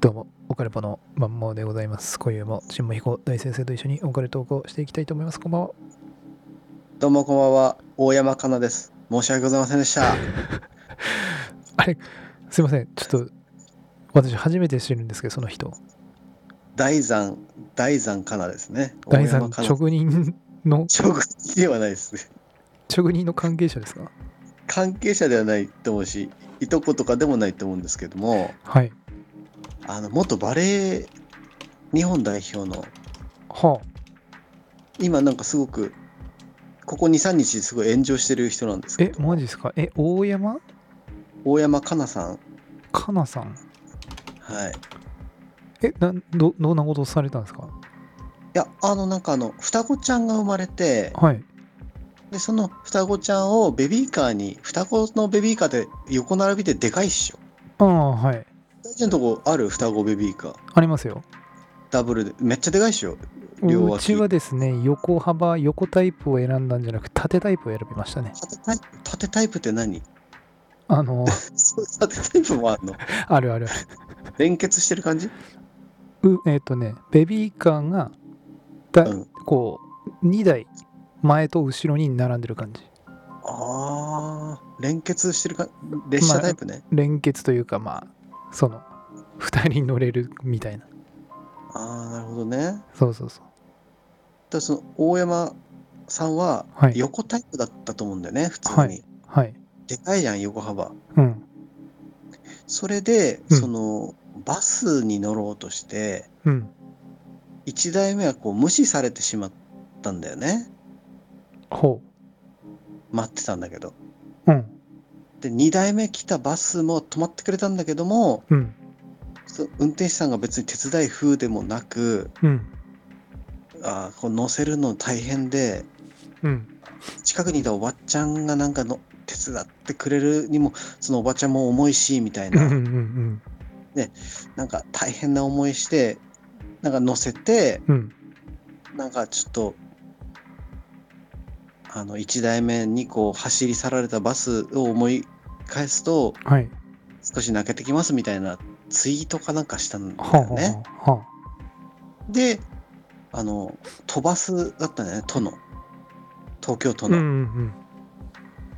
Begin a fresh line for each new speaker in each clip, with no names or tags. どうも、オカルポのまんまでございます。今夜も、新馬彦大先生と一緒にオカル投稿していきたいと思います。こんばんは。
どうもこんばんは、大山かなです。申し訳ございませんでした。
すいません、ちょっと、私初めて知るんですけど、その人。
大山、大山かなですね。
大山
かな。
職人の、
直接ではないです。
職人の関係者ですか
関係者ではないと思うし、いとことかでもないと思うんですけども、
はい。
あの、元バレー日本代表の、
は
今なんかすごく、ここ2、3日すごい炎上してる人なんです
あ。
け
え、
ど、
マジですかえ、大山
大山かなさん、
かなさん。
はい。い
え、なんど、どんなことをされたんですか
や、あの、なんかあの、双子ちゃんが生まれて、
はい。
で、その双子ちゃんをベビーカーに、双子のベビーカーで横並びででかいっしょ。
ああ、はい。
大事なとこある双子ベビーカー。
ありますよ。ダ
ダブルで。めっちゃでかいっしょ。両
う
脇。
ちはですね、横幅、横タイプを選んだんじゃなく、縦タイプを選びましたね。
縦タイプ縦タイプって何
あの、
そう縦タイプもあるの
あるある。
連結してる感じ
うえっ、とねベビーカーがだ、
うん
こう2台前と後ろに並んでる感じ
あー、連結してるか列車タイプね。
連結というかまあその2人乗れるみたいな
あー、なるほどね。だか
そうそうそう
らその大山さんは
はい
横タイプだったと思うんだよね、普通に。
はいはい
でかいじゃん、横幅。
うん
それで、
うん
その、バスに乗ろうとして、
うん
1台目はこう無視されてしまったんだよね。
ほ
待ってたんだけど。
ううん
で2台目来たバスも止まってくれたんだけども
うん
そ運転手さんが別に手伝い風でもなく
うん
あーこう乗せるの大変で
うん
近くにいたおばちゃんがなんかの手伝ってくれるにもそのおばちゃんも重いしみたい
うんうんう
なんなんか大変な思いしてなんか乗せて
うんうん
なんかちょっとあの1台目にこう走り去られたバスを思い返すと
はい
少し泣けてきますみたいなツイートかなんかしたんだ
はあ
よね。
はあは
で、あの、飛ばすだったんだよね、都の。東京
あ
都
うんう
の。
ん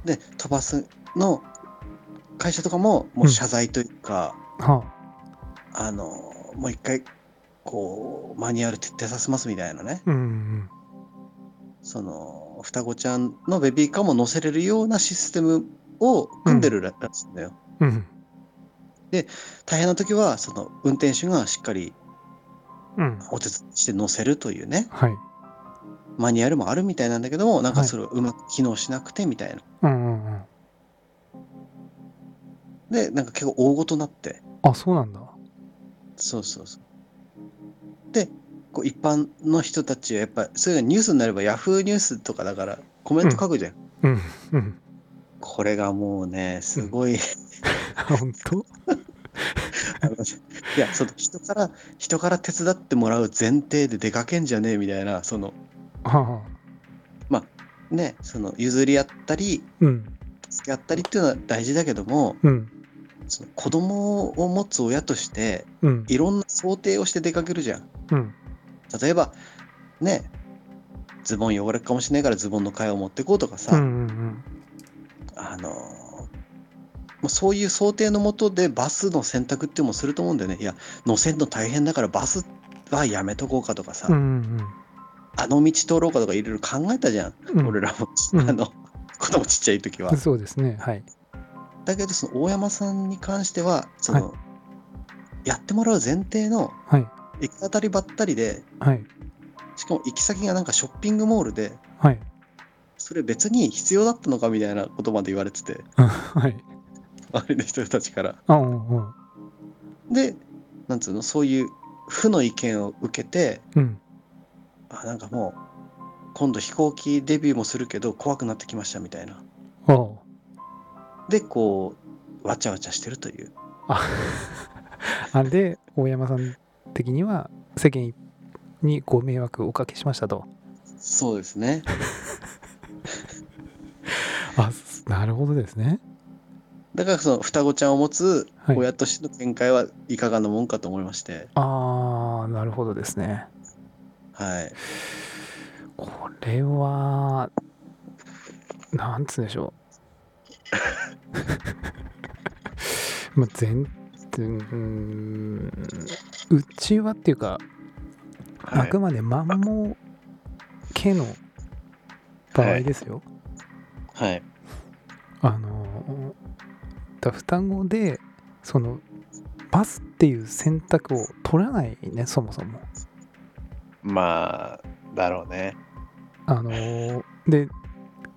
で、飛ばすの会社とかも、もう謝罪というか、
うんはあ
あの、もう一回、こう、マニュアル徹底させますみたいなね。
うんうん
その、双子ちゃんのベビーカーも乗せれるようなシステムを組んでるららしいんだよ。
うんうん
大変な時は、その、運転手がしっかり
うん
お手伝いして乗せるというね、
はい
マニュアルもあるみたいなんだけども、なんかそれをうまく機能しなくてみたいな。
うんうんうん
で、なんか結構大ごとになって、
あそうなんだ
そうそうそう。で、こう一般の人たちはやっぱ、それがニュースになればヤフーニュースとかだからコメント書くじゃん。
うん うん
これがもうね、す ごい、
本当
あのいや、その人から、人から手伝ってもらう前提で出かけんじゃねえみたいな、その
はあはあ
ね、その譲り合ったり、
うん
付き合ったりっていうのは大事だけども、
うん
その子供を持つ親として、
うん
いろんな想定をして出かけるじゃん。
うん
例えばねズボン汚れるかもしれないからズボンの替えを持ってこうとかさ、
うんうんうん
あのーもうそういう想定のもとでバスの選択っていうのもすると思うんだよねいや乗せんの大変だからバスはやめとこうかとかさ、
うん
あの道通ろうかとかいろいろ考えたじゃん、
うんうん
俺らも、
うん
あの子供ちっちゃい時は、
そうですねはい
だけどその大山さんに関してはその、やってもらう前提の
はい
行き当たりばったりで
はい
しかも行き先がなんかショッピングモールで
はい
それ別に必要だったのかみたいなことまで言われて て、
はい
周りの人たちから。
あうんうん
で、なんつうの、そういう負の意見を受けて、
うん
あ、なんかもう、今度飛行機デビューもするけど、怖くなってきましたみたいな。
お
で、こう、わちゃわちゃしてるという。
あで大山さん的には世間にご迷惑をおかけしましたと
そうですね。
あなるほどですね
だからその双子ちゃんを持つ
はい
親としての見解はいかがなもんかと思いまして、
ああ、なるほどですね。
はい。
これは、なんつうんで しょう。まあ、全、うん、うちはっていうか、
は
あ
い
くまでマンモ家の場合ですよ。
はい。
あのだ双子でそのバスっていう選択を取らないねそもそも。
まあ、だろうね。
あので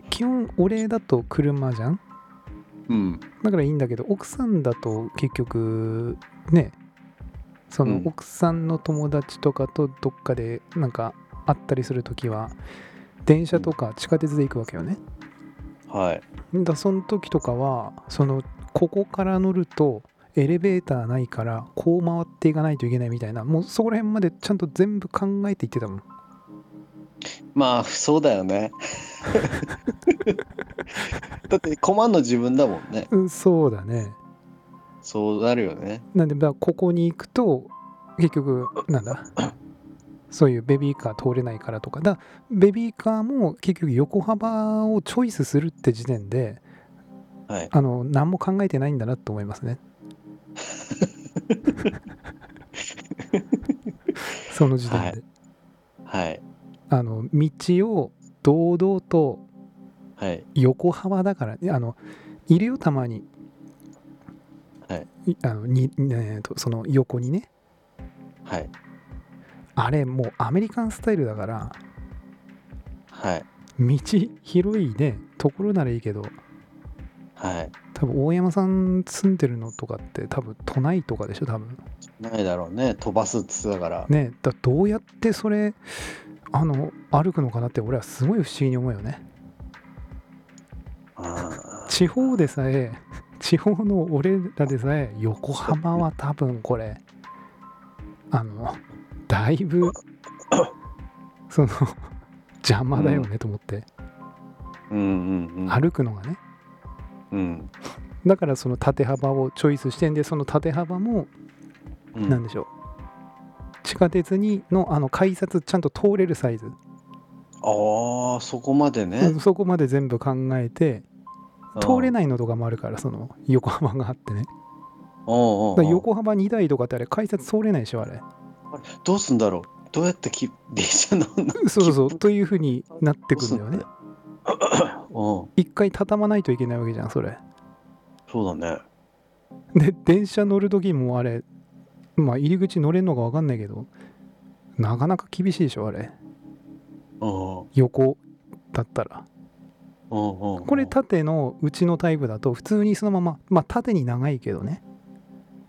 基本俺だと車じゃん
うん。
だからいいんだけど奥さんだと結局ねそうの
ん
奥さんの友達とかとどっかでなんか会ったりするときは電車とか地下鉄で行くわけよね。
はい。
だその時とかはそのここから乗るとエレベーターないからこう回っていかないといけないみたいなもうそこら辺までちゃんと全部考えていってたもん
まあ、そうだよ ね。だって、困んの自分だもんね。
うんそうだね
そうなるよね。
なんでだからここに行くと結局なんだそういうベビーカー通れないからとかだからベビーカーも結局横幅をチョイスするって時点で
はい。
あの何も考えてないんだなと思います ねその時点で、
はいはい。
あの道を堂々と
はい。
横幅だからねあのいるよたまに、
はい
い、あのにえーとその横にね
はい。
あれもうアメリカンスタイルだから
はい。
道広いねところならいいけど
はい。
多分大山さん住んでるのとかって多分都内とかでしょ多分
ないだろうね。飛ばすっつってたから。
ねだどうやってそれあの歩くのかなって俺はすごい不思議に思うよね
あー
地方でさえ地方の俺らでさえ横浜は多分これあのだいぶその邪魔だよねと思って、
うんうんうん。
歩くのがね
うん。
だからその縦幅をチョイスしてんでその縦幅も
う
何
ん。
でしょう、地下鉄にのあの改札ちゃんと通れるサイズ、
ああ、そこまでね。
そこまで全部考えて通れ
な
な
い。
いのとかもあるからその横幅があってね
おうおうお
だか
う
ら横幅2台とかってあれ改札通れないでしょあれ
どうすんだろうどうやってき電車乗るの
そうそうそうというふうになってくんだよね
うん、
一回畳まないといけないわけじゃんそれ
そうだね。
で電車乗る時もあれまあ入り口乗れんのか分かんないけどなかなか厳しいでしょあれ
うん
横だったら
うんうん。
これ縦のうちのタイプだと普通にそのまままあ縦に長いけどね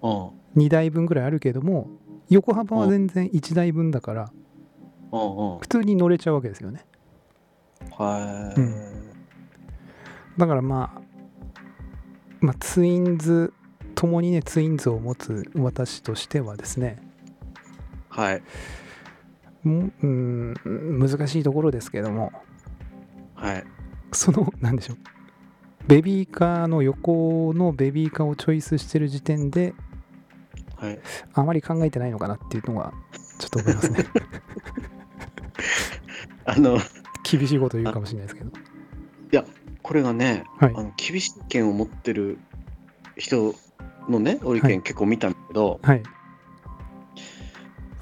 うんうん
2台分ぐらいあるけども横幅は全然1台分だから
うん。
普通に乗れちゃうわけですよね
は
う
い。
だからまあ、まあ、ツインズ、共にね、ツインズを持つ私としてはですね、
はい。
もうーん、難しいところですけども、
はい。
その、 なんでしょう、ベビーカーの横のベビーカーをチョイスしてる時点で、
はい。
あまり考えてないのかなっていうのが、ちょっと思いますね。
あの、い
厳しいこと言うかもしれないですけど。
や、これがね、
はい
あの厳しい意見を持ってる人のね、俺意見結構見たんだけど、
はい、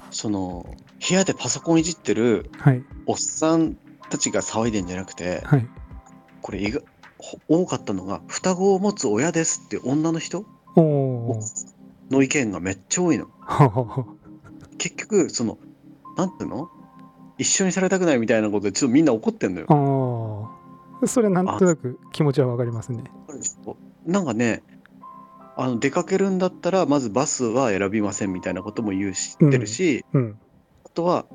その、部屋でパソコンいじってる
はい、
おっさんたちが騒いでんじゃなくて、
はい。
これ意外、ほ多かったのが、双子を持つ親ですって女の人
おー、
の意見がめっちゃ多いの。
ははは
結局そのなんていうの一緒にされたくないみたいなことでちょっとみんな怒ってんのよ。
は。あー、それなんとなく気持ちはわかりますね。
なんかねあの出かけるんだったらまずバスは選びませんみたいなことも言うし
う
知
ん
ってるし、
うん、
あとは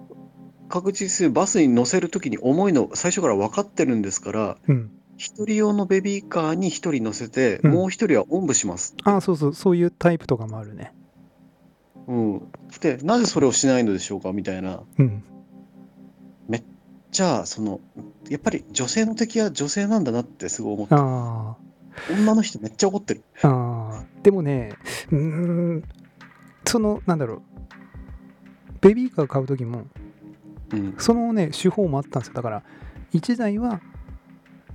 確実にバスに乗せる時に重いの最初から分かってるんですから
うん。
一人用のベビーカーに一人乗せて、
うん
もう一人はおんぶしますって
あーそうそうそういうタイプとかもあるね
うん、でなぜそれをしないのでしょうかみたいな
うん
じゃあそのやっぱり女性の敵は女性なんだなってすごい思った
ああ
女の人めっちゃ怒ってる。
あーでもねうーんそのなんだろうベビーカー買う時も
うん。
そのね手法もあったんですよだから1台は、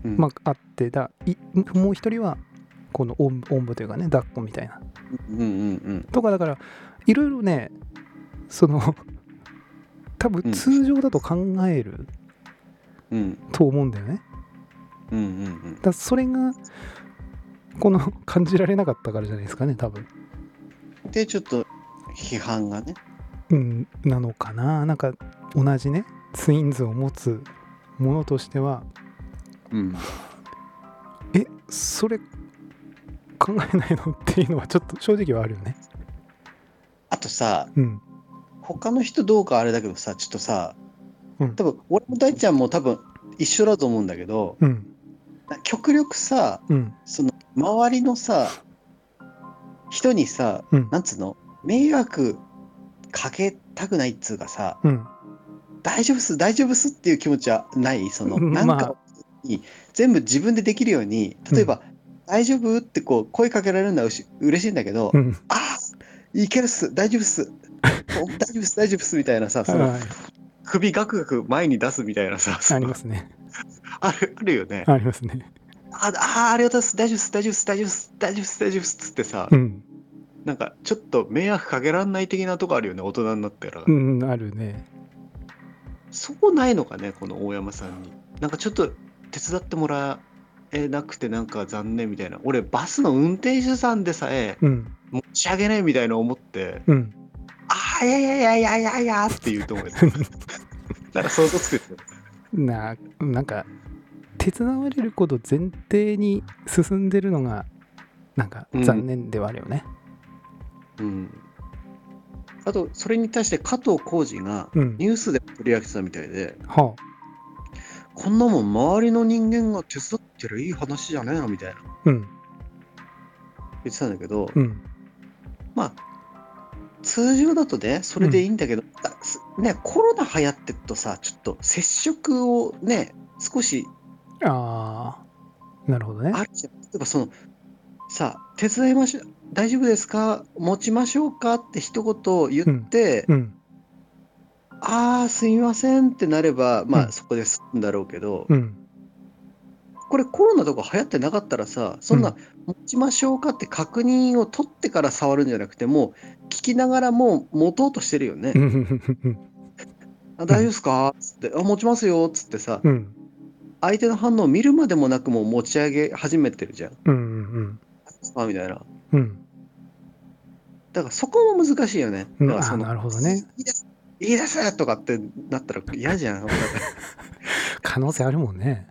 うん
まあ、あってだいもう1人はこのおんおんぶというかね抱っこみたいな
うんうん
とかだからいろいろねその多
う
分
ん
通常だと考える
うん。うん
と思うんだよね、
うんうん
だからそれがこの 感じられなかったからじゃないですかね多分
うん。で、ちょっと批判がね。
うん、なのかななんか同じねツインズを持つものとしては
うん。
えそれ考えないのっていうのはちょっと正直はあるよね
あとさ、
うん
他の人どうかあれだけどさ、ちょっとさ、
うん
多分俺も大ちゃんも多分一緒だと思うんだけど、
うん
極力さ、
うん
その周りのさ、人にさ、
うん
なんつうの、迷惑かけたくないっつうかさ、
うん
大丈夫っす、大丈夫っすっていう気持ちはない、その、
うん
なん
ま
か
あ
に全部自分でできるように、例えば、大丈夫ってこう声かけられるのはうし嬉しいんだけど、
うん
ああ、いけるっす、大丈夫っす、お大丈夫っす、大丈夫っすみたいなさ、その
はい
首ガクガク前に出すみたいなさ、そ
あ
の
りますね
あるあるよね。
ありますね
ああー、ありがとうございます、大丈夫です、大丈夫です、大丈夫です、大丈夫です、大丈夫ですっつってさ、
うん
なんかちょっと迷惑かけらんない的なとこあるよね、大人になってから。
うんあるね
そこないのかね、この大山さんに。なんかちょっと手伝ってもらえなくて、なんか残念みたいな。俺、バスの運転手さんでさえ、
うん
申し訳ないみたいな思って、
うん
ああ、いやいやいやいやいやいやって言うと思うよ。 なんか想像つくよね
ななんか手伝われること前提に進んでるのがなんか残念ではあるよね
うん。あと、それに対して加藤浩次が、
うん、
ニュースで取り上げてたみたいで、
は
こんなもん周りの人間が手伝ってるいい話じゃねえのみたいな
あうん
言ってたんだけど、
うん
まあ通常だとねそれでいいんだけど、あすねコロナ流行ってっとさちょっと接触をね少し
ああなるほどね
あるじゃん例えばそのさ手伝いましょう大丈夫ですか持ちましょうかって一言言って、
うん
ああすみませんってなればまあ、
うん
そこで済むんだろうけど、
うん
これコロナとか流行ってなかったらさそん
う
な持ちましょうかって確認を取ってから触るんじゃなくてもう聞きながらもう持とうとしてるよね。
うんうん
あ大丈夫ですかつってあ持ちますよっつってさ
うん
相手の反応を見るまでもなくもう持ち上げ始めてるじゃん。
うんうん
あみたいな。
うん
だからそこも難しいよね。
うん
だからその
あなるほどね。
いいですいいですとかってなったら嫌じゃん。
可能性あるもんね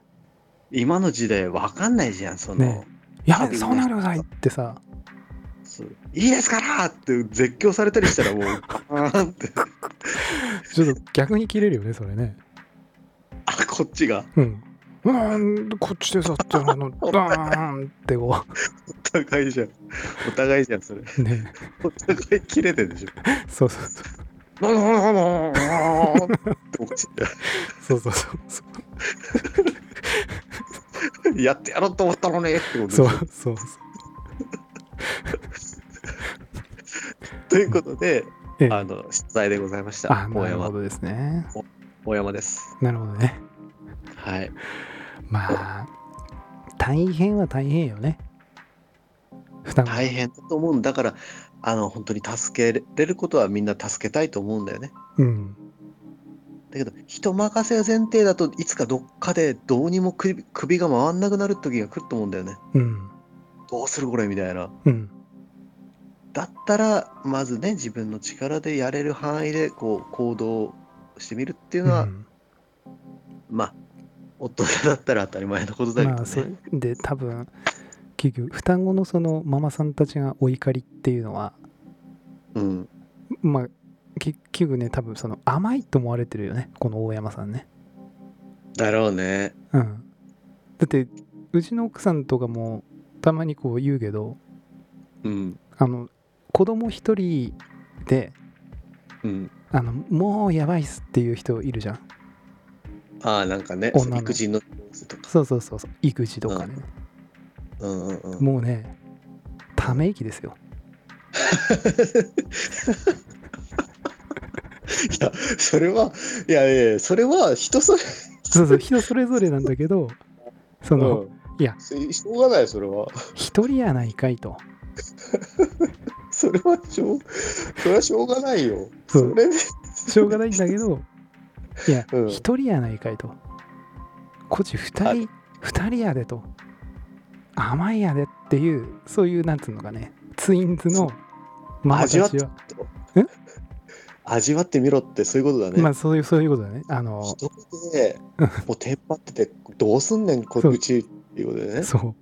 今の時代わかんないじゃん。その、
ねいや
あるよね
そうなるくださいってさ
そういいですからって絶叫されたりしたらもうガーンって
ちょっと逆に切れるよねそれね
あこっちが。
うんうーんこっちでさってあ のダーンってこ
お互いじゃん。お互いじゃん、それ。
うね
お互い切れてるでしょ。
そうそうそう
なるほど、なるほど。おかしい
そうそうそうそう
じゃんやってやろうと思ったのねってことでし
そ
ょ
うそうそう
ということで
ええ、
あの、出題でございました。
あ
大
なるほ
山。
どですね
大山です。
なるほどね
はい。
まあ大変は大変よね双子
大変だと思うんだから、あの、本当に助けれることはみんな助けたいと思うんだよね。
うん
だけど、人任せが前提だといつかどっかでどうにも首首が回んなくなる時が来ると思うんだよね。
うん
どうするこれみたいな。
うん
だったらまずね自分の力でやれる範囲でこう行動してみるっていうのは、
うん
まあ大人だったら当たり前のことだけど、ね
まあそれで多分結局双子のそのママさんたちがお怒りっていうのは
うん、
まあ結局ね多分その甘いと思われてるよねこの大山さんね
だろうね
うんだってうちの奥さんとかもたまにこう言うけど
うん
あの子供一人で
うん
あのもうやばいっすっていう人いるじゃん
ああなんかね
女の
育児のとか
そうそうそうそう育児とかね、
うんうんうん。
もうねため息ですよ
いや、それは、いやいやいや、それは人それ、
そうそう人それぞれなんだけ どその、
うん
いや
ししょうがない、それは。
一人やないかいと
それはしょう、それはしょうがないよ。
そ
そうれ、
しょうがないんだけどいや
うん
一人やないかいとこっち二人二人やでと甘いやでっていうそういうなんつうのかねツインズのまあ
味わっ
私は
味わってみろって、そういうことだね。
まあそういうそういうことだねあの
一人で、もうテンパってて、どうすんねん、こ
そう
うちっていうことでね。
そう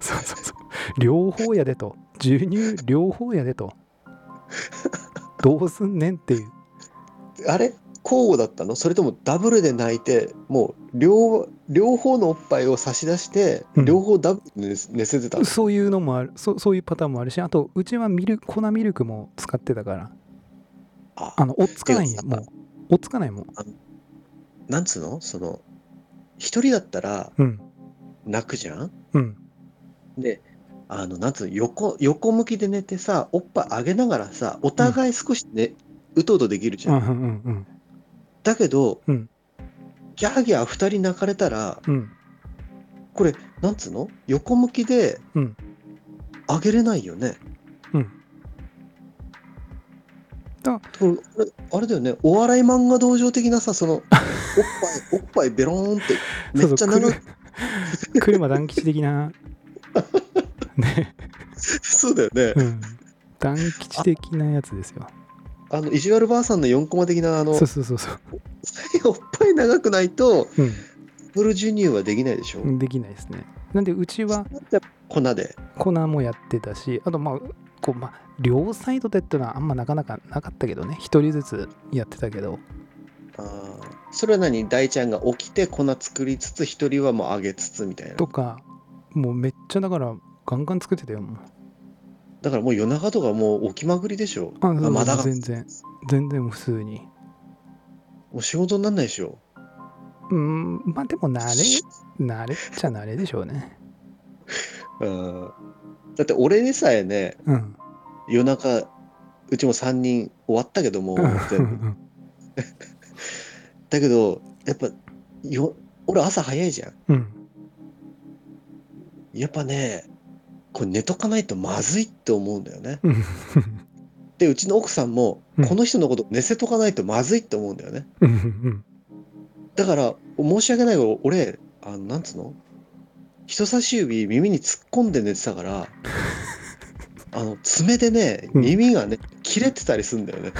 そうそうそう両方やでと授乳両方やで とどうすんねんっていう
あれ交互だったのそれともダブルで泣いて、もう両両方のおっぱいを差し出して、
うん
両方ダブルで寝寝せてたの。
そういうのもあるそそういうパターンもあるしあとうちはミル粉ミルクも使ってたから
あ
あの追っつかない
いや
もう追っつかないもん
なんつうのその、一人だったら
うん
泣くじゃん
うん
で、あの、なんつうの、横、横向きで寝てさ、おっぱい上げながらさ、お互い少しね、うとうとできるじ
う
ゃ
ん
ん。
うんうん
だけど、
うん
ギャーギャー二人泣かれたら、
うん
これ、なんつうの横向きで、
うん
上げれないよね。
うんだ
これあれあれだよね、お笑い漫画道場的なさ、その、おっ ぱい、おっぱいベローンって、めっちゃ長い。
くる 車団吉的な ね、
そうだよね。
うん、団吉的なやつですよ
あの、意地悪ばあさんの4コマ的な、あの、
そうそうそうそう、
おっぱい長くないと、ブルージュニューはできないでしょ。
うん、できないですねなんでうちは
粉で。
粉もやってたしあとまあこうまあ両サイドでってのはあんまなかなかなかったけどね一人ずつやってたけど
あーそれは何大ちゃんが起きて粉作りつつ、一人はもう揚げつつみたいな。
とかもうめっちゃだからガンガン作ってたよもう
だからもう夜中とかもう起きまくりでしょ。
あそうそう
まだが
全然全然もう普通に
もう仕事になんないでしょ。
うんまあでも慣れ慣れっちゃ慣れでしょうね
うんだって俺でさえね、
うん
夜中、うちも3人終わったけども、全部 だけど、やっぱよ、俺朝早いじゃん。
うん
やっぱね、これ寝とかないとまずいって思うんだよね。
うん
で、うちの奥さんも
うん、
この人のこと寝せとかないとまずいって思うんだよね。
うんうん
だから、申し訳ないけど、俺、あの、なんつうの人差し指耳に突っ込んで寝てた から、あの、爪でね、
うん
耳がね、切れてたりするんだよね。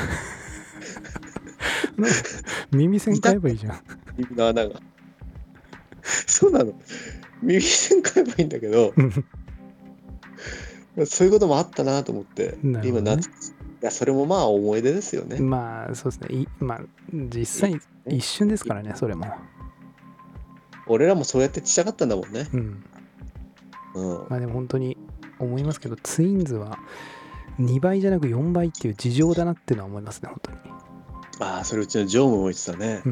なんか耳栓買えばいいじゃん
耳の穴が。そうなの。耳栓買えばいいんだけど、
うん
そういうこともあったなと思って、
なるほ
今
どね
夏、いや、それもまあ思い出ですよね。
まあそうですねいまあ実際一瞬ですからねそれも
俺らもそうやってちっちゃかったんだもんね。
うん
うん。
まあでも本当に思いますけど、ツインズは2倍じゃなく4倍っていう事情だなっていうのは思いますね、本当に。
ああ、それうちのジョームも言ってたね
う。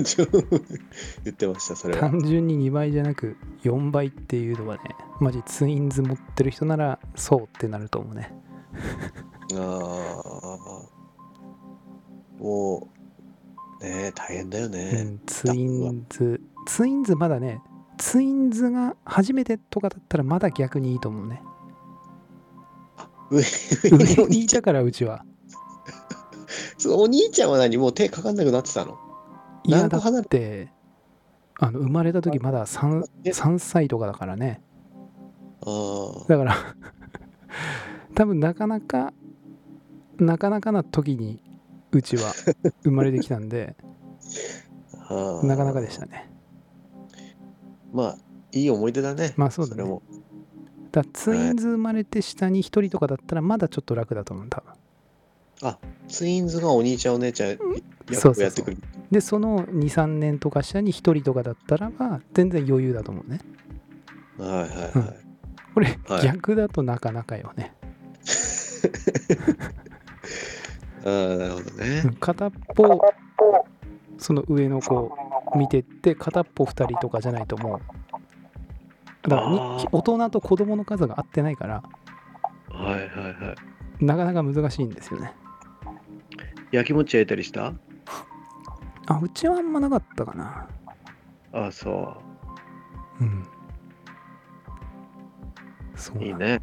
ん、
ジョーム言ってました、それは。
単純に2倍じゃなく4倍っていうのはね、マジツインズ持ってる人ならそうってなると思うね。
ああ。もう、ねえ、大変だよ
う
ね。
ん、ツインズ、ツインズまだね、ツインズが初めてとかだったらまだ逆にいいと 思うね。
上
上
にお
に
兄
い
ち
た
ゃん、
からうちは。
そのお兄ちゃんは何もう手かかんなくなってたの
いや
何
だ
個離
っ
れ
て、あの生まれた時まだ 3,
え
3歳とかだからね。
ああ。
だから 多分なかなかなかなかな時にうちは生まれてきたん で
ああ
なかなかでした。ね
まあ、いい思い出だね。
まあそうだ
それ
ね
も。
だからツインズ生まれて下に1人とかだったらまだちょっと楽だと思う多分
ツインズがお兄ちゃん、お姉ちゃん、や
そうそうそう
やってくる。
でその23年とか下に1人とかだったらば全然余裕だと思うね
はいはいはい。
これ、
はい
逆だとなかなかよね
ああ、なるほどね
う。ん片っぽその上の子を見てって片っぽ2人とかじゃないともうだからに
あー
大人と子供の数が合ってないから
はいはいはい。
なかなか難しいんですよね
焼き餅焼いたりした
あうちはあんまなかったかな
あそ
うんそう
う。
なん
いいね。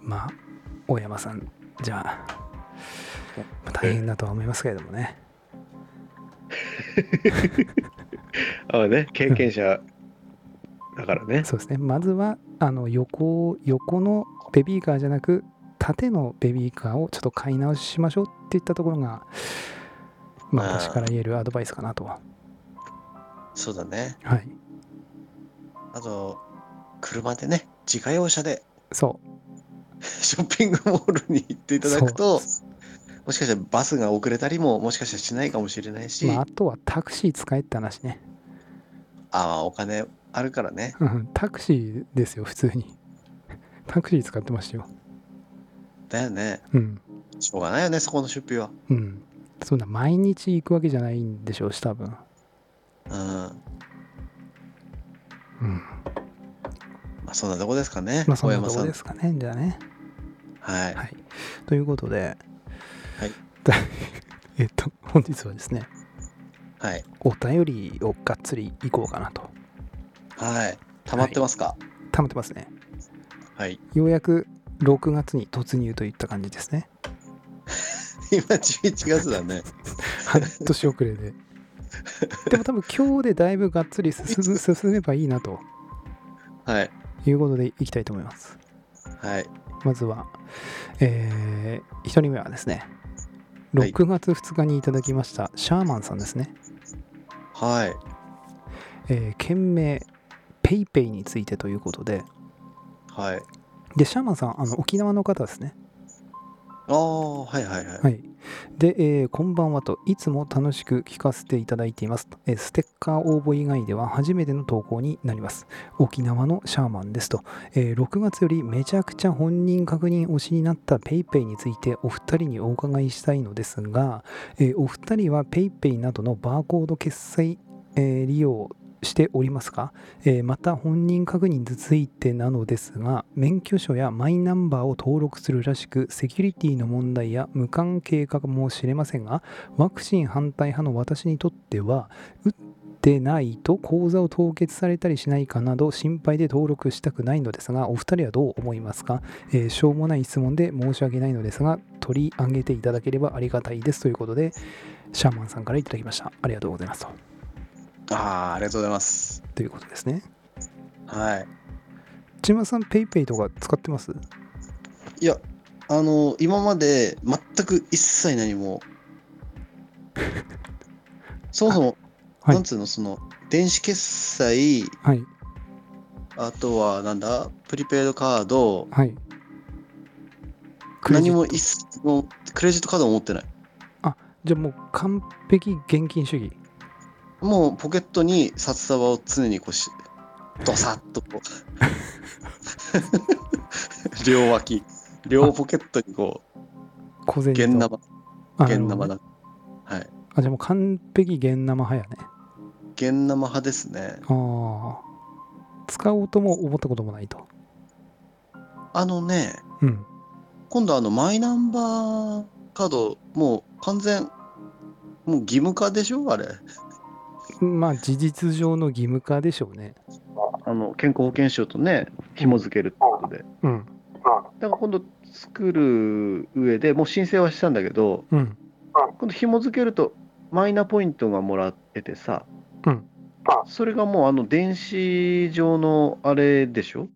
まあ大山さんじゃあ、まあ大変だとは思いますけれどもね
あね、経験者だからね。
そうですねまずはあの横を横のベビーカーじゃなく縦のベビーカーをちょっと買い直ししましょうっていったところがまあ
あー
私から言えるアドバイスかなとは
そうだね。
はい
あと、車でね、自家用車で
そ
ショッピングモールに行っていただくと、もしかしたらバスが遅れたりも、もしかしたらしないかもしれないし、
う、まあ、あとはタクシー使えって話ね
ああ、お金あるからね。
うんタクシーですよ普通にタクシー使ってましたよ
だよね。
うん
しょうがないよね、そこの出費は。
うんそんな毎日行くわけじゃないんでしょうし多分
うん。ま
うん
あ、そんなとこですかね。
まあそん
大
なと
山
こ
さん
で。すかねじゃあね
はい。
はいということで
はい
だ えっと本日はですね
はい。
お便りをがっつりいこうかなと
はい。溜まってますか
溜まってますね
はい。
ようやく6月に突入といった感じです ね
今、11月だね。
半年遅れででも多分今日でだいぶがっつり進む進めばいいなと
はい。
いうことでいきたいと思います
はい。
まずは、えー、1人目はですね
はい
6月2日にいただきましたシャーマンさんですね、
はい。
えー、件名ペイペイについてということで
はい。
でシャーマンさんあの沖縄の方ですね
ああ、はいはいはい。
はい、で、えーこんばんはといつも楽しく聞かせていただいています、えーステッカー応募以外では初めての投稿になります沖縄のシャーマンですと、えー6月よりめちゃくちゃ本人確認推しになった PayPay ペイペイについてお二人にお伺いしたいのですが、えーお二人は PayPay ペイペイなどのバーコード決済、えー利用しておりますか、えーまた本人確認についてなのですが免許証やマイナンバーを登録するらしくセキュリティの問題や無関係かもしれませんがワクチン反対派の私にとっては打ってないと口座を凍結されたりしないかなど心配で登録したくないのですがお二人はどう思いますか、えーしょうもない質問で申し訳ないのですが取り上げていただければありがたいですということでシャーマンさんからいただきましたありがとうございますと
ああ、ありがとうございます。
ということですね
はい。
千葉さん PayPay ペイペイとか使ってます
いや、あの、今まで全く一切 何も、そもそも、
はい
なんつうの、その、電子決済、
はい
あとは、なんだ、プリペイドカード、
はいクレジ
何も一切も、クレジットカードも持ってない。
じゃあもう完璧現金主義
もうポケットに札束を常にこうし、ドサッとこう、 両脇、両ポケットにこう、
小銭と
現生、
あ
現生
なるほどね
だ。はい。
あじゃあもう完璧現生派やね
現生派ですね。
ああ使おうとも思ったこともないと
あのね、
うん
今度あのマイナンバーカード、もう完全、もう義務化でしょあれ。
まあ事実上の義務化でしょうね
あの健康保険証とね、紐付けるってことで。
うん
だから今度作る上でもう申請はしたんだけど、
うん
今度紐付けるとマイナポイントがもらっててさ、
うん
それがもうあの電子上のあれでしょ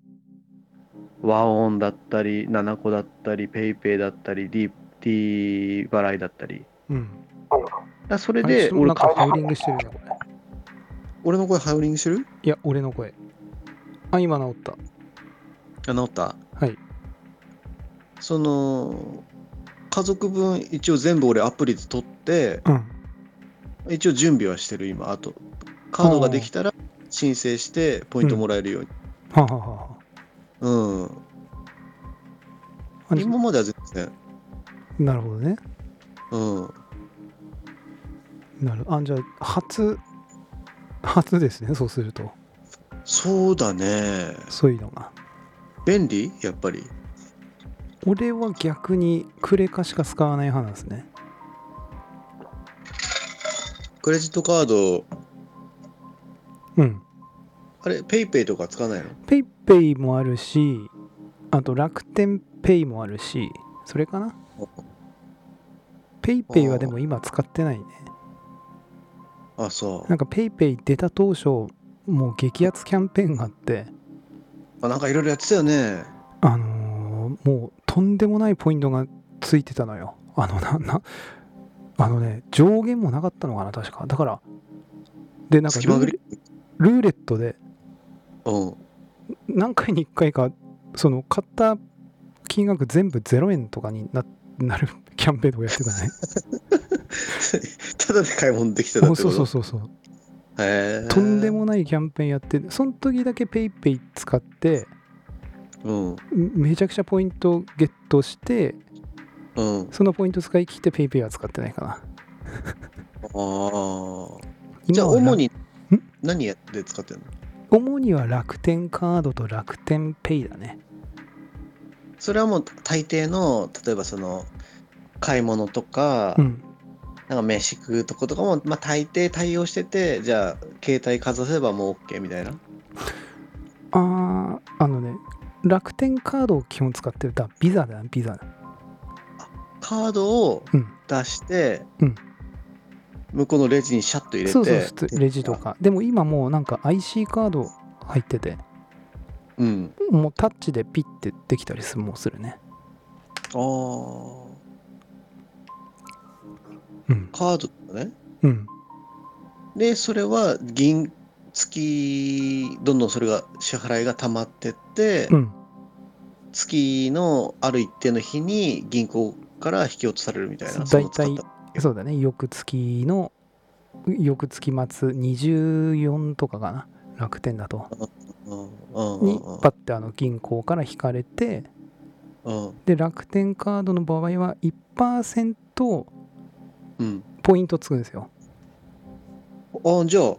和音だったり七個だったりペイペイだったり D, D 払いだったりだか
うん
らそれ
あれ
で
ちょっと
俺
なんかハウ
か
リングしてるなこれ
俺の声ハウリングしてる
いや俺の声あ今治った
あ、治った
はい
その、家族分一応全部俺アプリで取って、
うん
一応準備はしてる今あとカードができたら申請してポイントもらえるように
はあはあはあは
うん、
あ
今までは全然
なるほどね
うん
なるあじゃあ初初ですねそうすると
そうだね。
そういうのが
便利やっぱり。
俺は逆にクレカしか使わない派なんですね
クレジットカード、
うん
あれ、ペイペイとか使わないの
ペイペイもあるしあと楽天ペイもあるしそれかなペイペイはでも今使ってないね
あ、そ
なんかペイペイ出た当初もう激アツキャンペーンがあって
う。あなんかいろいろやってたよね。
あのーもうとんでもないポイントがついてたのよあのななあのね上限もなかったのかな確かだからでなんか
隙
ル
間ぐ
ー
り
レ。ルーレットで
うん。
何回に1回かその買った金額全部0円とかにななるキャンペーンとかやって たね
ただで買い物できてた
そ
っ
う
て
そ
こ
うそ
と
うそうそう
へえ
とんでもないキャンペーンやってその時だけペイペイ使って
うん
めちゃくちゃポイントゲットして
うん
そのポイント使い切ってペイペイは使ってないかな
ああじ
今
ゃあ
は
主に何やって使ってんの
主には楽天カードと楽天ペイだね
それはもう大抵の例えばその買い物とか、
うん
なんか飯食うとことかも、まあ、大抵対応しててじゃあ携帯かざせばもう OK みたいな
あああのね楽天カードを基本使ってるだビザだなビザだ
カードを
うん
出して、
うん
向こうのレジにシャッと入れて
そうそう普通レジとかでも今もうなんか IC カード入ってて
うん
もうタッチでピッてできたりするもうするね
あー
うん
カードとかね
うん
でそれは銀月どんどんそれが支払いが溜まってって、
うん
月のある一定の日に銀行から引き落とされるみたいな
そう
その使っ
大体そうだね翌月の翌月末24とかかな楽天だと
たうんうん
に
うん
パッてあの銀行から引かれて
うん
で楽天カードの場合は1%
うん
ポイントつくんですよ
あじゃあ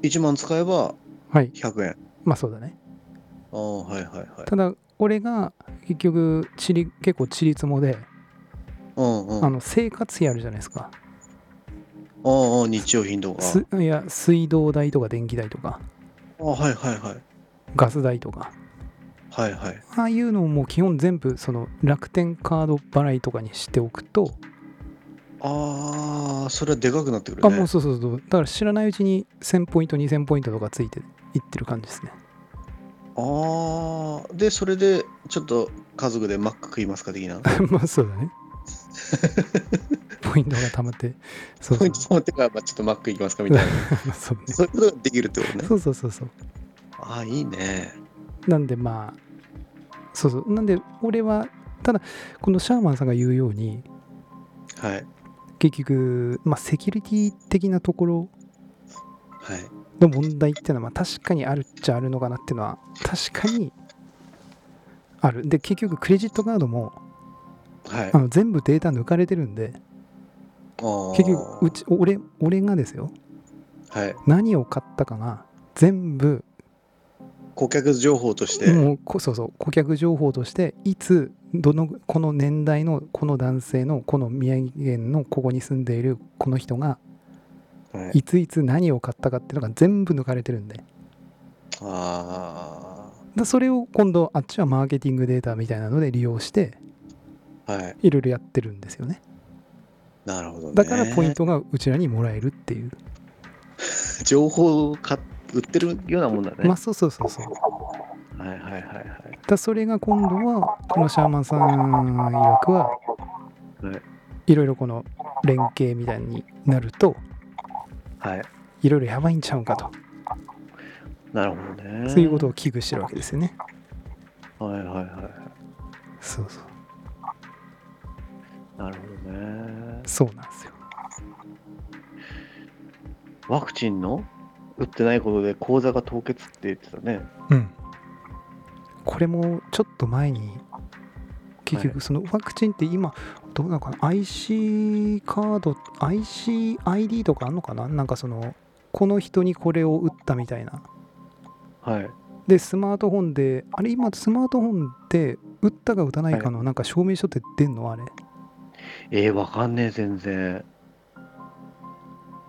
1万使えば
はい
100円
まあそうだね
ああはいはいはい
ただ俺が結局ちり結構ちりつもで、
うんうん
あ
あ
の生活費あるじゃないですか
ああ日用品とか
すいや水道代とか電気代とか
あはいはいはい
ガス代とか
はいはい
ああいうのをもう基本全部その楽天カード払いとかにしておくと、
ああそれはでかくなってくるね
あもうそうそうそうだから知らないうちに1000ポイント2000ポイントとかついていってる感じ ですね
ああでそれでちょっと家族でマック食いますか 的な
まあそうだ ねポイントが溜まってそう
ポ
そう
イ ント持ってからまあちょっとマック行きますかみたいな
まあ そうね
そういうことができるってことね
そうそうそうそう
ああいいね
なんでまあそうそうなんで俺はただこのシャーマンさんが言うように
はい
結局まあセキュリティ的なところ
はい
の問題っていうのはまあ確かにあるっちゃあるのかなっていうのは確かにあるで結局クレジットカードも
はい
あの全部データ抜かれてるんで結局う
ち
ち俺俺がですよ
はい
何を買ったかが全部
顧客情報として
もうこそうそう顧客情報としていつどのこの年代のこの男性のこの宮城県のここに住んでいるこの人が
はい
いついつ何を買ったかっていうのが全部抜かれてるんで
あ
だそれを今度あっちはマーケティングデータみたいなので利用して
あはい
いろいろやってるんですよね
なるほどね
だからポイントがうちらにもらえるっていう、
情報を買っ売ってるようなもんだね
まあそうそうそうそう
はいはいはいはい
だそれが今度はこのシャーマンさん曰くは
はい
いろいろこの連携みたいになると
はい
いろいろやばいんちゃうんかと
なるほどね
そういうことを危惧してるわけですよね。
はいはいはい
そうそう。
なるほどね
そうなんですよ。
ワクチンの打ってないことで口座が凍結って言ってたね。
うん。これもちょっと前に、結局そのワクチンって今、どうなのかな、IC カード、ICID とかあんのかななんかその、この人にこれを打ったみたいな
はい。
でスマートフォンであれ今スマートフォンで打ったか打たないかのなんか証明書って出んのあれ
えー、わかんねえ、全然。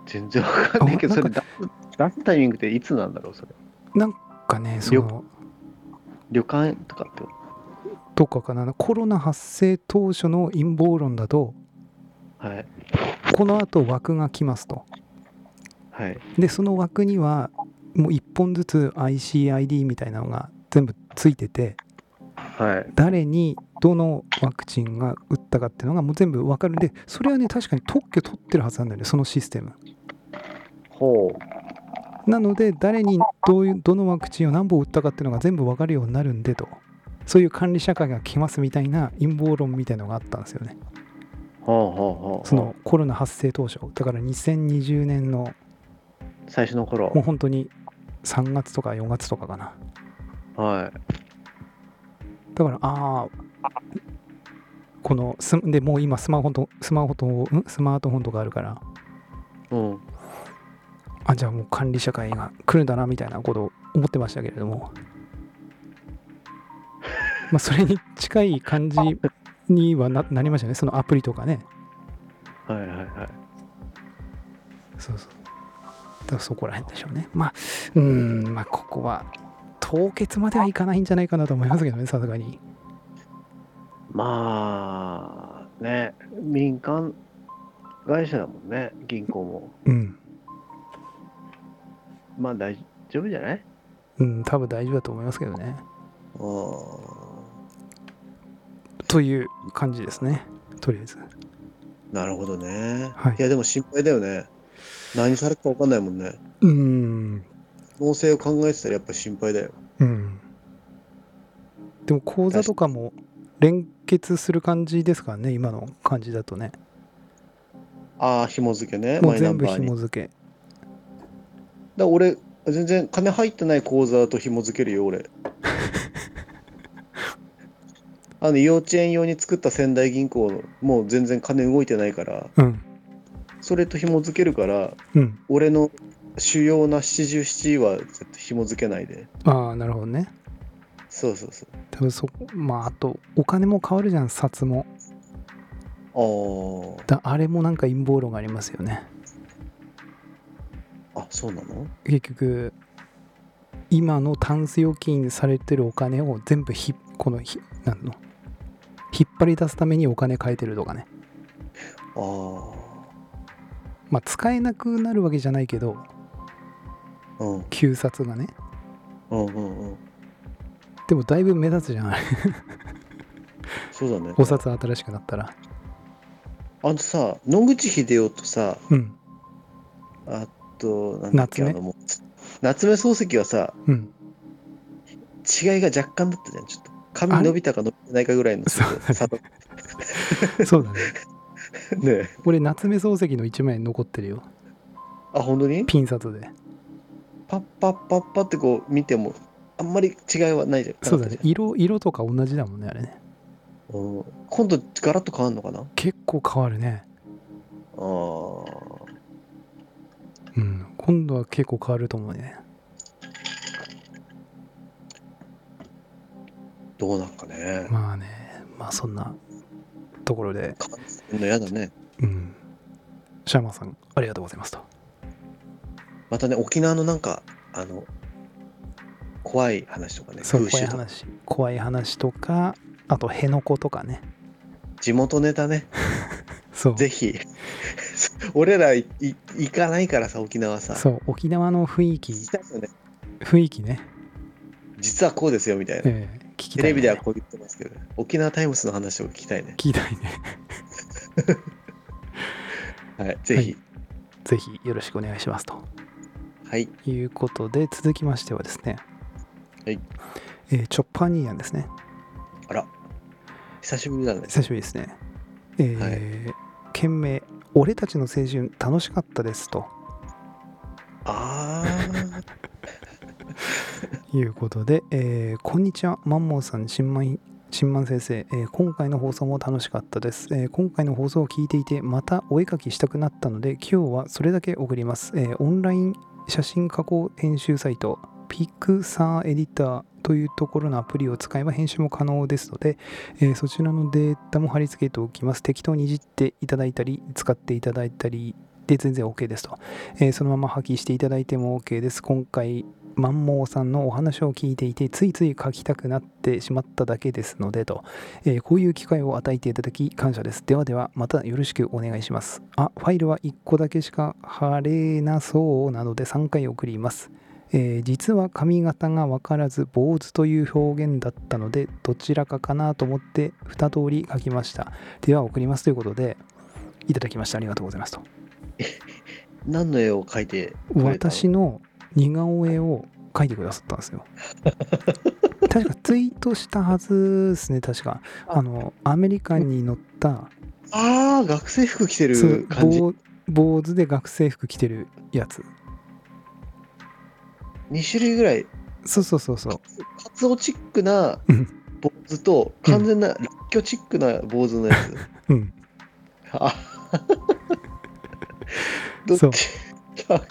全然わかんねえけど、
あ
それ
なん
出す出すタイミングっていつなんだろう、それ。
なんかねその
旅館とかってこと。
とかかなコロナ発生当初の陰謀論だと
はい。
このあと枠が来ますと
はい。
でその枠にはもう1本ずつ ICID みたいなのが全部ついてて
はい。
誰にどのワクチンが打ったかっていうのがもう全部分かるんでそれはね確かに特許取ってるはずなんだよねそのシステム
ほう。
なので誰にどういうどのワクチンを何本打ったかっていうのが全部分かるようになるんでとそういう管理社会が来ますみたいな陰謀論みたいのがあったんですよね
ほうほうほう。
そのコロナ発生当初だから2020年の
最初の頃
もう。本当に3月とか4月とかかな
はい。
だからああこのスでもう今スマホとスマホとんスマートフォンとかあるから
うん。
あじゃあもう管理社会が来るんだなみたいなことを思ってましたけれどもまあそれに近い感じにはななりましたねそのアプリとかね
はいはいはい。
そうそうだからそこら辺でしょうねまあうーんまあここは凍結まではいかないんじゃないかなと思いますけどねさすがに
まあ、ね、民間会社だもんね、銀行も。
うん
まあ大丈夫じゃない
うん多分大丈夫だと思いますけどね
あー
という感じですねとりあえず
なるほどね。
はい
いや、でも心配だよね。何されるか分かんないもんね。
うーん
脳性を考えてたらやっぱ心配だよ。
うんでも口座とかも連結する感じですからね今の感じだとね
ああ、紐付けね。
も
マ
う
イナ
全
ン
部
バーに。だ
紐
か
付け
ら俺、全然金入ってない口座と紐付けるよ、 俺。あの幼稚園用に作った仙台銀行のもう全然金動いてないから
うん
それと紐付けるから
うん
俺の主要な七十七は絶対紐付けないで
ああなるほどね
そうそうそう
多分そこまああとお金も変わるじゃん札も
あ
だあれもなんか陰謀論がありますよね
ああそうなの
結局今のタンス預金されてるお金を全部ひこのひなんの引っ張り出すためにお金変えてるとかね
あ
まあ使えなくなるわけじゃないけど
あうん
旧札がね
うんうんうん
でもだいぶ目立つじゃん あれ
そうだね
お札新しくなったら
あとさ野口英世とさ
うん
あとなんだっ
夏
け
目
あのもう夏目漱石はさ
うん
違いが若干だったじゃんちょっと髪伸びたか伸びてないかぐらいの
そう
差とね
そうだね
え
俺夏目漱石の一枚残ってるよ
あ本当に
ピン札で
パッパッパッパってこう見てもあんまり違いはないじゃん
そうだね色色とか同じだもんねあれね
うん今度ガラッと変わるのかな
結構変わるね
あー
うん今度は結構変わると思うね
どうなんかね
まあねまあそんなところで
感じのやだね
うんシャーマンさんありがとうございますと
またね沖縄のなんかあの怖い話とかね
そう
風
怖い
習とか
話怖い話とかあと辺野古とかね
地元ネタね
そう
ぜひ 俺らいい行かないからさ沖縄さ
そう沖縄の雰囲気
聞きたいよね
雰囲気ね、
実はこうですよみたいな、
ええ聞きた
テ
いね
レビではこう言ってますけど、沖縄タイムスの話を聞きたいね
聞きたいね
はいぜひ
ぜひよろしくお願いしますと
はい
いうことで続きましてはですね
はい
えーチョッパーニーヤンですね
あら久しぶりだね
久しぶりですねえー件名俺たちの青春楽しかったですと
ああ
いうことで、えーこんにちは、マンモーさん、新米新満先生、えー今回の放送も楽しかったです、えー今回の放送を聞いていて、またお絵かきしたくなったので、今日はそれだけ送ります。えーオンライン写真加工編集サイトピクサーエディターというところのアプリを使えば編集も可能ですので、えーそちらのデータも貼り付けておきます適当にいじっていただいたり使っていただいたりで全然 OK ですと、えーそのまま破棄していただいても OK です今回マンモーさんのお話を聞いていてついつい書きたくなってしまっただけですのでと、えーこういう機会を与えていただき感謝ですではではまたよろしくお願いしますあファイルは1個だけしか貼れなそうなので3回送りますえー実は髪型が分からず坊主という表現だったのでどちらかかなと思って2通り書きましたでは送りますということでいただきましたありがとうございますと
何の絵を描いてくれたの
私の似顔絵を描いてくださったんです よ確かツイートしたはずですね確かあのアメリカンに乗った
ああ学生服着て
そ
る
う
感じ
坊坊主で学生服着てるやつ
2種類ぐらい
そうそうそうそう
カツオチックな
うん
坊主と完全なラッキョチックな坊主のや つ
うん
あどっ
そう
ち ラッ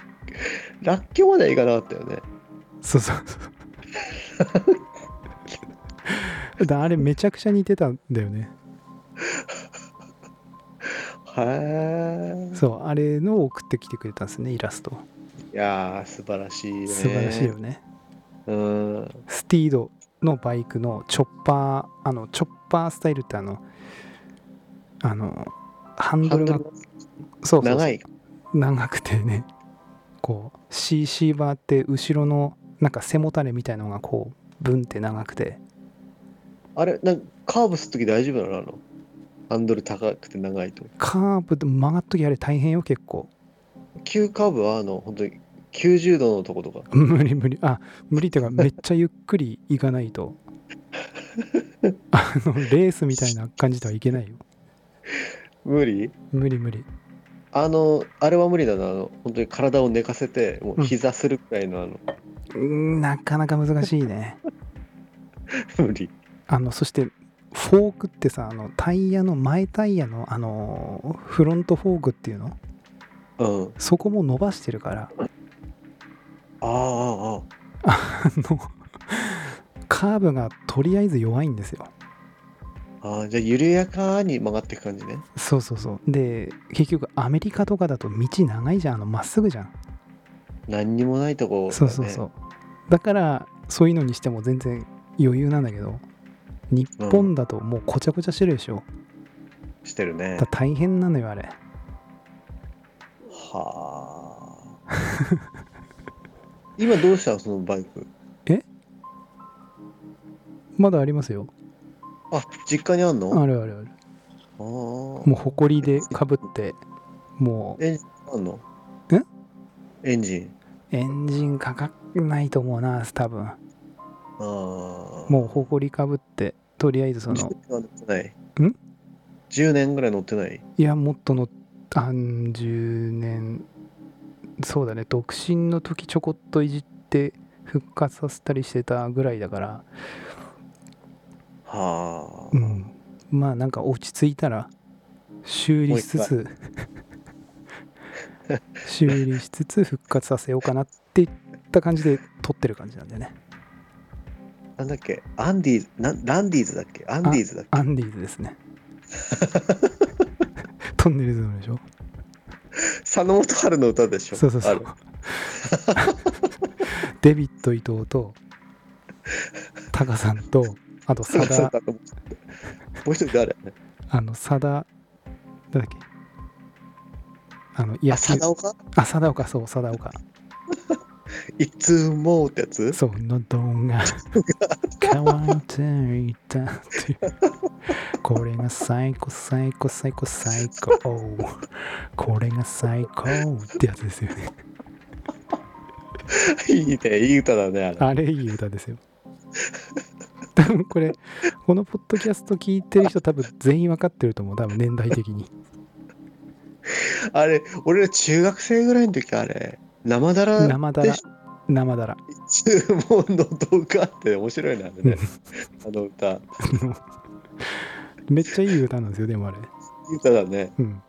ラッキョまではいかなかったよね
そうそうそう。 だあれめちゃくちゃ似てたんだよね。
は
そう、あれのを送ってきてくれたんですね、イラスト。
いいやー素晴らしいね
素晴らしいよね。
うん
スティードのバイクのチョッパー、あの、チョッパースタイルってあの、あの、ハンド
ハン
ル
ド
が
ル
そうそうそう
長い
長くてね、こう、CC バーって後ろのなんか背もたれみたいのがこう、ブンって長くて、
あれなんかカーブするとき大丈夫なのあのハンドル高くて長いと
カーブで曲がっときあれ大変よ、結構。
急カーブはあの本当に90度のとことか
無理無理あ無理っていうかめっちゃゆっくり行かないとあのレースみたいな感じではいけないよ
無理
無理無理
あのあれは無理だなあの本当に体を寝かせてもう膝するくらいのあの、
うーんなかなか難しいね
無理
あのそしてフォークってさあのタイヤの前タイヤのあのフロントフォークっていうの
うん
そこも伸ばしてるから
ああああ
あのカーブがとりあえず弱いんですよ
ああじゃあ緩やかに曲がっていく感じね
そうそうそうで結局アメリカとかだと道長いじゃんあのまっすぐじゃん
何にもないとこ、ね、
そうそうそうだからそういうのにしても全然余裕なんだけど日本だともうこちゃこちゃしてるでしょ、
してるね
だから大変なのよあれ
はあ今どうしたのそのバイク
まだありますよ
あ実家にあんの
あるあるある
あも
もう埃でかぶっても
エンジンあんのエンジン。
うエンジンかかんないと思うな多分
ああ。
もう埃かぶってとりあえずそ
10
の
年は乗ってない。
ん
?10 年ぐらい乗ってない。
いやもっとのあん10年そうだね独身の時ちょこっといじって復活させたりしてたぐらいだから
はあ。
うん、まあなんか落ち着いたら修理しつつ修理しつつ復活させようかなっていった感じで撮ってる感じなんだよね
なんだっけアンディーズな、ランディーズだっけアンディーズだっけ
アンディーズです ねトンネルズのでしょ
佐野元春の歌でしょ
そうそうそ
あ
う
る
デビッド伊藤とタカさんとあと
佐
サ
野さん
ダ
だと思ってもう一人誰
あのサダなんだっけあのいや
あ、佐野岡
あサダオカそうサダオカ
いつもってやつ
その動 画乾いていたっていうこれが最高最高最高最高これが最高ってやつですよね
いいね、いい歌だね、あれ。
あれいい歌ですよ多分これこのポッドキャスト聞いてる人多分全員わかってると思う多分年代的に
あれ、俺ら中学生ぐらいの時あれ、生だら
生だら
でし
生だら
注文の動画って面白いな、あれね。あの歌。い
めっちゃいい歌なんですよでもあれ
い歌だね。
うん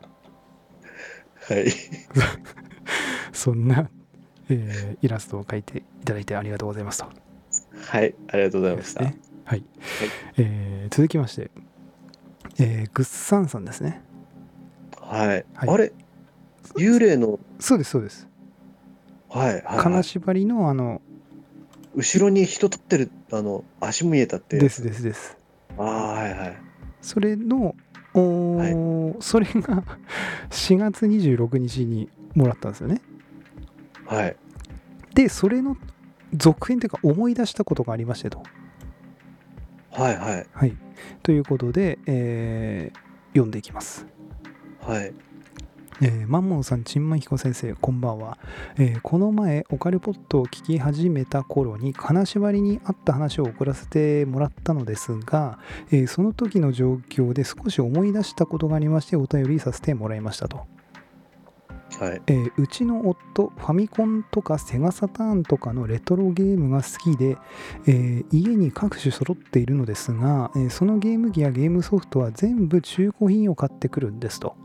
はい。
そんなえーイラストを描いていただいてありがとうございますと。
はい、ありがとうございま
で
し
す
た。
ね。はい。えー続きまして、えー、グッサンさんですね。
はい。
はい
あれ幽霊の、
そうです、そうです。
はい、はいはい
金縛りの、あの、
後ろに人立ってる、あの、足見えたって。
ですですです。
ああ、はいはい。
それの、おーそれが 4月26日にもらったんですよね。
はい。
で、それの続編というか、思い出したことがありましてと。
はいはい。
はい。ということで、えー読んでいきます。
はい。
えーマンモンさん、ちんまひこ先生、こんばんは、えーこの前、オカルポットを聞き始めた頃に、金縛りにあった話を送らせてもらったのですが、えーその時の状況で少し思い出したことがありまして、お便りさせてもらいましたと。
はい。
えーうちの夫ファミコンとかセガサターンとかのレトロゲームが好きで、えー家に各種揃っているのですが、えーそのゲーム機やゲームソフトは全部中古品を買ってくるんですと、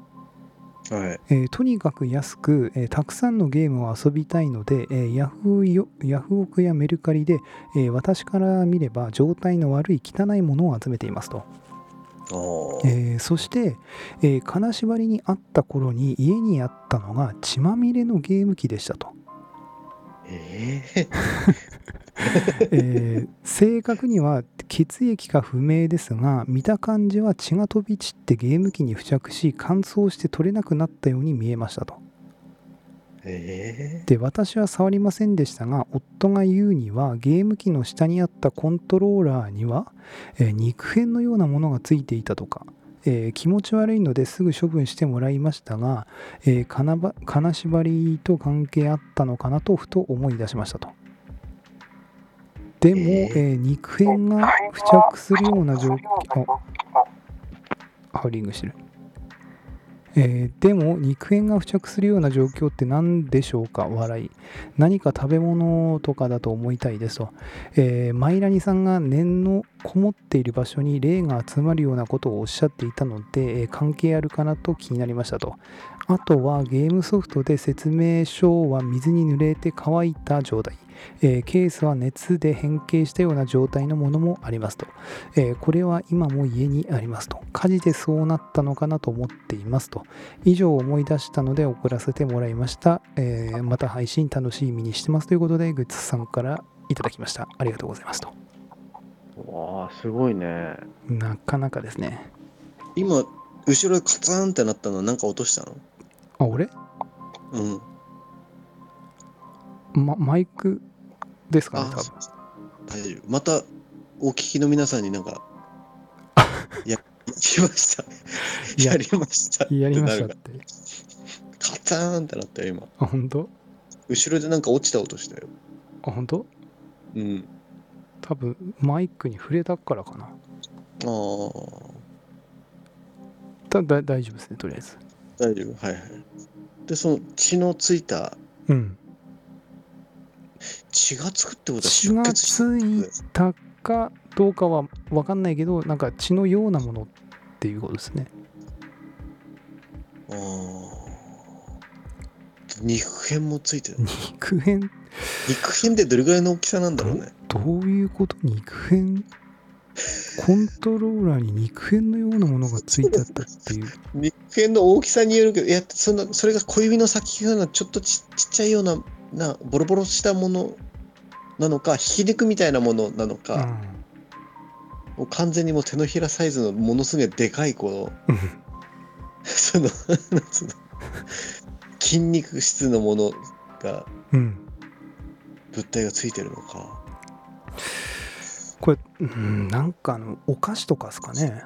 はい。
えーとにかく安く、えーたくさんのゲームを遊びたいので、えーヤフーよヤフオクやメルカリで、えー私から見れば状態の悪い汚いものを集めていますと
おー
えーそして、えー金縛りにあった頃に家にあったのが血まみれのゲーム機でしたと、
ええ
えー正確には血液か不明ですが見た感じは血が飛び散ってゲーム機に付着し乾燥して取れなくなったように見えましたと
え
で私は触りませんでしたが夫が言うにはゲーム機の下にあったコントローラーには、えー肉片のようなものがついていたとか、えー気持ち悪いのですぐ処分してもらいましたが、えー金ば金縛りと関係あったのかなとふと思い出しましたと。で
え
も、えー肉片が付着するような状況あハウリングしてるえーでも肉片が付着するような状況って何でしょうか笑い何か食べ物とかだと思いたいですと、えーマイラニさんが念のこもっている場所に霊が集まるようなことをおっしゃっていたので、えー関係あるかなと気になりましたとあとはゲームソフトで説明書は水に濡れて乾いた状態、えーケースは熱で変形したような状態のものもありますとえーこれは今も家にありますと火事でそうなったのかなと思っていますと以上思い出したので送らせてもらいました、えーまた配信楽しみにしてますということでグッズさんからいただきましたありがとうございますと
ー。わあ、すごいね。
なかなかですね
今、後ろでカツンってなったのなんか落としたの
あ俺、
うん。
ま、マイクですかね
あ
多分
大丈夫。また、お聞きの皆さんにな んか、や、やりました。
いや
やりました。
やりました
っ
って
なる
て
からカツンってなったよ、今。
あ本当
後ろでなんか落ちた音したよ。
あ本当
うん。
多分マイクに触れたからかな
ああ、
ただ大丈夫ですねとりあえず
大丈夫。はいはい。で、その血のついた、
うん
血がつくってことは
血が
出血して
ついたかどうかは分かんないけどなんか血のようなものっていうことですね
あー肉片もついてる。
肉片
肉片ってどれぐらいの大きさなんだろうね。
どういうこと肉片コントローラーに肉片のようなものがついてあったって いう
肉片の大きさによるけど、いや、そんな、それが小指の先のような、ちょっとちちっちゃいような、な、ボロボロしたものなのか、ひき肉みたいなものなの
う
か、
ん
もう完全にもう手のひらサイズのものす ごいでかい、こ
うん
う、その、なんつうの、筋肉質のものが、
うん
物体がついてるのか。
これ、うん、なんかあのお菓子とかですかね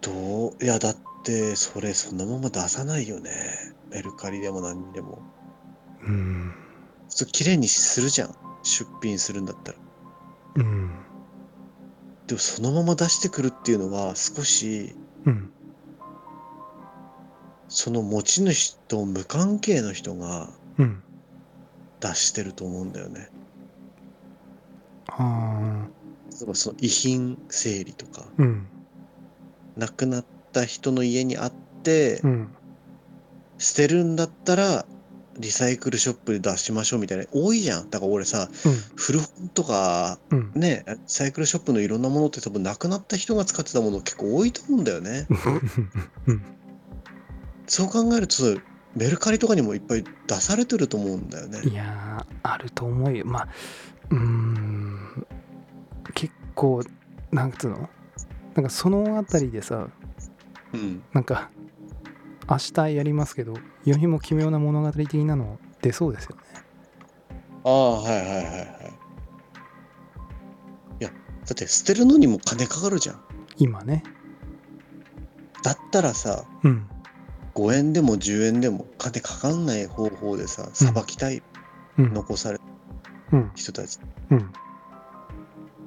どういやだってそれそのまま出さないよねメルカリでも何でも
うん
普通綺麗にするじゃん出品するんだったら
うん
でもそのまま出してくるっていうのは少し
うん
その持ち主と無関係の人が
うん
出してると思うんだよね
あ
例えばその遺品整理とか
ーうん
亡くなった人の家にあって
うん
捨てるんだったらリサイクルショップで出しましょうみたいな多いじゃんだから俺さ古本とか
うんうん
ねリサイクルショップのいろんなものって多分なくなった人が使ってたもの結構多いと思うんだよねそう考えるとメルカリとかにもいっぱい出されてると思うんだよね
いやーあると思うよまあうーん結構なんつうのなんかそのあたりでさ
うん
なんか明日やりますけど世にも奇妙な物語的なの出そうですよね
ああはいはいはいはいいやだって捨てるのにも金かかるじゃん
今ね
だったらさ
うん
5円でも10円でも金かかんない方法でささばきたい
うん
残された
うん
人たち
うん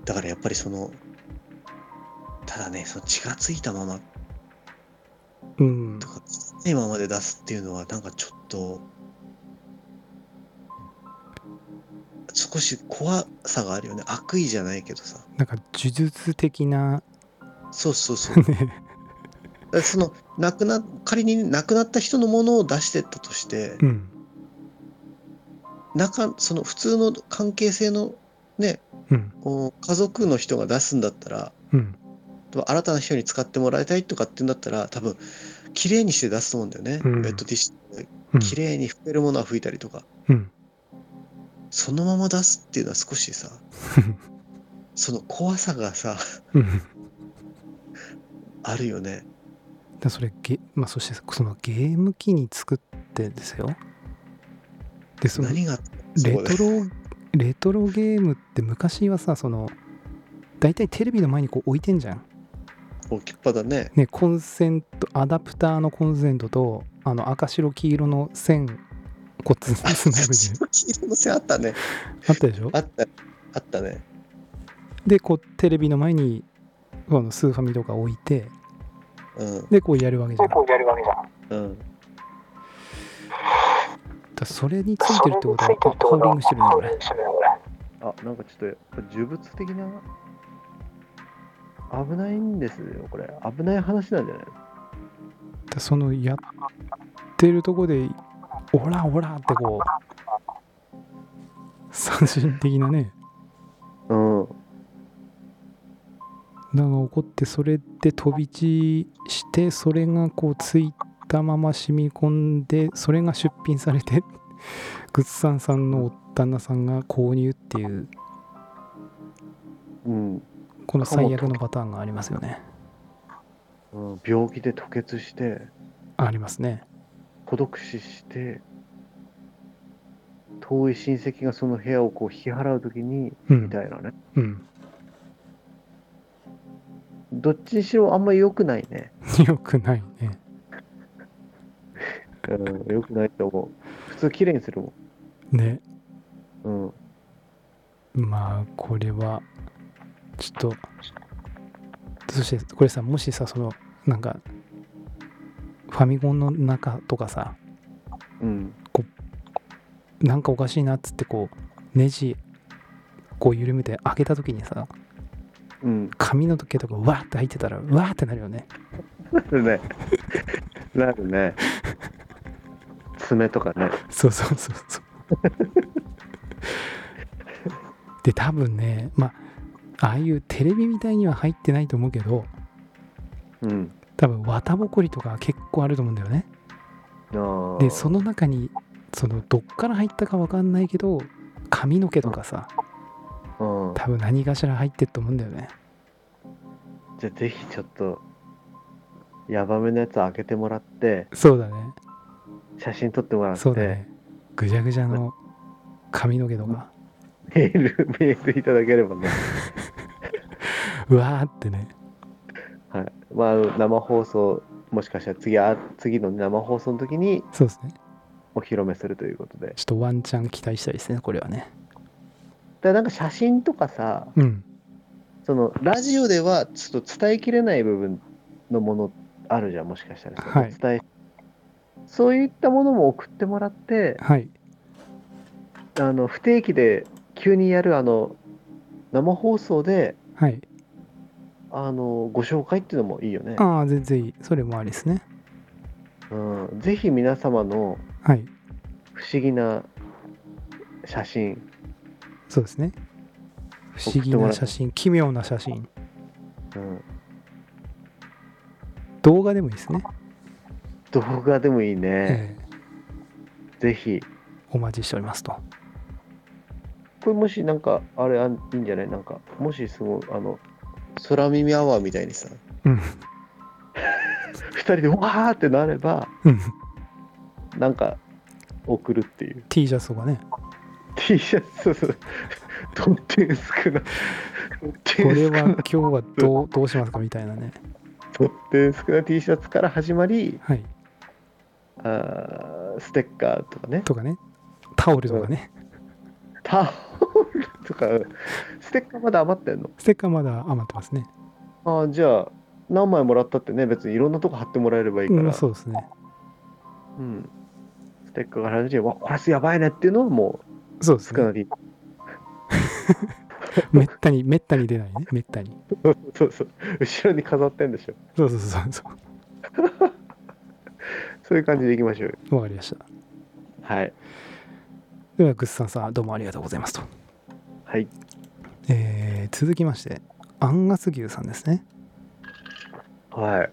だからやっぱりそのただねその血がついたまま
うん
とか今まで出すっていうのはなんかちょっと少し怖さがあるよね悪意じゃないけどさ
なんか呪術的な
そうそうそう
ね
だからその亡くな仮に亡くなった人のものを出してったとして
うん
中その普通の関係性のね
うん
こう家族の人が出すんだったら
うん
新たな人に使ってもらいたいとかって言うんだったら多分綺麗にして出すと思うんだよね、
うん
ウェットティッシュ
うん
綺麗に拭けるものは拭いたりとか、
うん
そのまま出すっていうのは少 しさその怖さがさ
うんだか
あるよね
らそれゲまあそしてそのゲーム機に作ってですよでその
何があっそ
レ
こで
トロレトロゲームって昔はさその大体テレビの前にこう置いてんじゃん、
置きっぱだね
ね、コンセントアダプターのコンセントとあの赤白黄色の線こうつなぐみたいな
黄色の線あったね
あったでしょ
あったあったね
でこうテレビの前にこのスーファミとか置いて
うん
でこうやるわけじゃんだか
うん
らそれについてるってことはパパウリングしてるねこれ
あなんかちょっと呪物的な危ないんですよこれ危ない話なんじゃない
だからそのやってるとこで「オラオラ」ってこう三振的なね
うん
なんか起こってそれで飛び散してそれがこうついたまま染み込んでそれが出品されて グッサンさんの旦那さんが購入っていう
うん、
この最悪のパターンがありますよね
うん、病気で吐血して
ありますね
孤独死して遠い親戚がその部屋をこう引き払うときに
う
み
ん
たいなね
うん
どっちにしろあんまり良くないね、
よくないね
うん、良くないと思う普通綺麗にするも
ね
ん、うん、
まあこれはちょっとそしてこれさもしさそのなんかファミコンの中とかさ
うん、
なんかおかしいなっつってこうネジこう緩めて開けた時にさ
うん、
髪の時計とかわーって入ってたらわーってなるよね
なるねなるね爪とかね
そうそうそうそう で多分ねまあああいうテレビみたいには入ってないと思うけど
うん
多分綿ぼこりとか結構あると思うんだよね
あー
でその中にそのどっから入ったかわかんないけど髪の毛とかさ
うん
多分何かしら入ってると思うんだよね
じゃあぜひちょっとヤバめのやつ開けてもらって
そうだね
写真撮ってもらって、
そうだねぐじゃぐじゃの髪の毛とか
メールメールいただければね、
うわーってね
はい、まああの生放送もしかしたら次あ次の生放送の時に
そうですね
お披露目するということで
ちょっとワンチャン期待したいですねこれはね
でなんか写真とかさ
うん
そのラジオではちょっと伝えきれない部分のものあるじゃんもしかしたら、
はい
その伝えそういったものも送ってもらって
はい
あの不定期で急にやるあの生放送で
はい
あのご紹介っていうのもいいよね、
ああ全然いいそれもありですね
うん、ぜひ皆様の
はい
不思議な写真
そうですね不思議な写真奇妙な写真
うん
動画でもいいですね、
動画でもいいね、
ええ
ぜひ
お待ちしておりますと
これもしなんかあれあんいいんじゃないなんかもしすごいあの
空耳アワーみたいにさ、
うん
2人でわーってなれば
うん
なんか送るっていう
T シャツとかね
T シャツそうそうとってんすくなとっ
こ
てん
れ
す
は 今
くな
日はどうどうしますかみたいなね
とってんすくな T シャツから始まり
はい
あーステッカーとかね
とかねタオルとかね
タオルとかステッカーまだ余ってんの
ステッカーまだ余ってますね
ああじゃあ何枚もらったってね別にいろんなとこ貼ってもらえればいいから、
うんそうですね
うんステッカーから始めてわこれやばいねっていうのはも
そうで
う
す
少
ね
なり、
めったにめったに出ないねめったに
そうそう後ろに飾ってんでしょ
そうそうそうそう
そういう感じでいきましょうよ
わかりました
はい
ではグッズさんさんどうもありがとうございますと
はい
えー続きましてアンガス牛さんですね
はい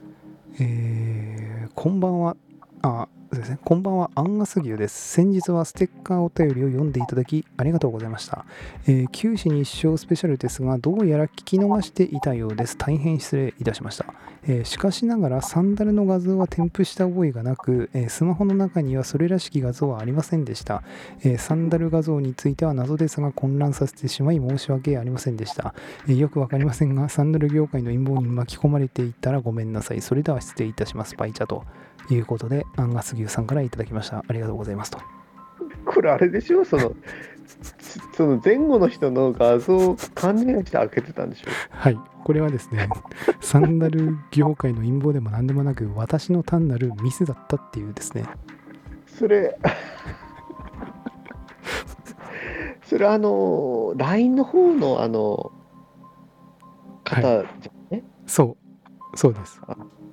えーこんばんはあそうですねこんばんはアンガス牛です先日はステッカーお便りを読んでいただきありがとうございました、えー九死に一生スペシャルですがどうやら聞き逃していたようです大変失礼いたしました、えーしかしながらサンダルの画像は添付した覚えがなく、えースマホの中にはそれらしき画像はありませんでした、えーサンダル画像については謎ですが混乱させてしまい申し訳ありませんでしたえーよくわかりませんが、サンダル業界の陰謀に巻き込まれていたらごめんなさい。それでは失礼いたします。バイチャということで、アンガス牛さんからいただきました。ありがとうございますと。
これあれでしょその つその前後の人の画像を勘違いして開けてたんでしょ
はい。これはですね、 サンダル業界の陰謀でも何でもなく、私の単なるミスだったっていうですね。
それ それあの LINE の方のあの方じゃんね、
そう。そうです。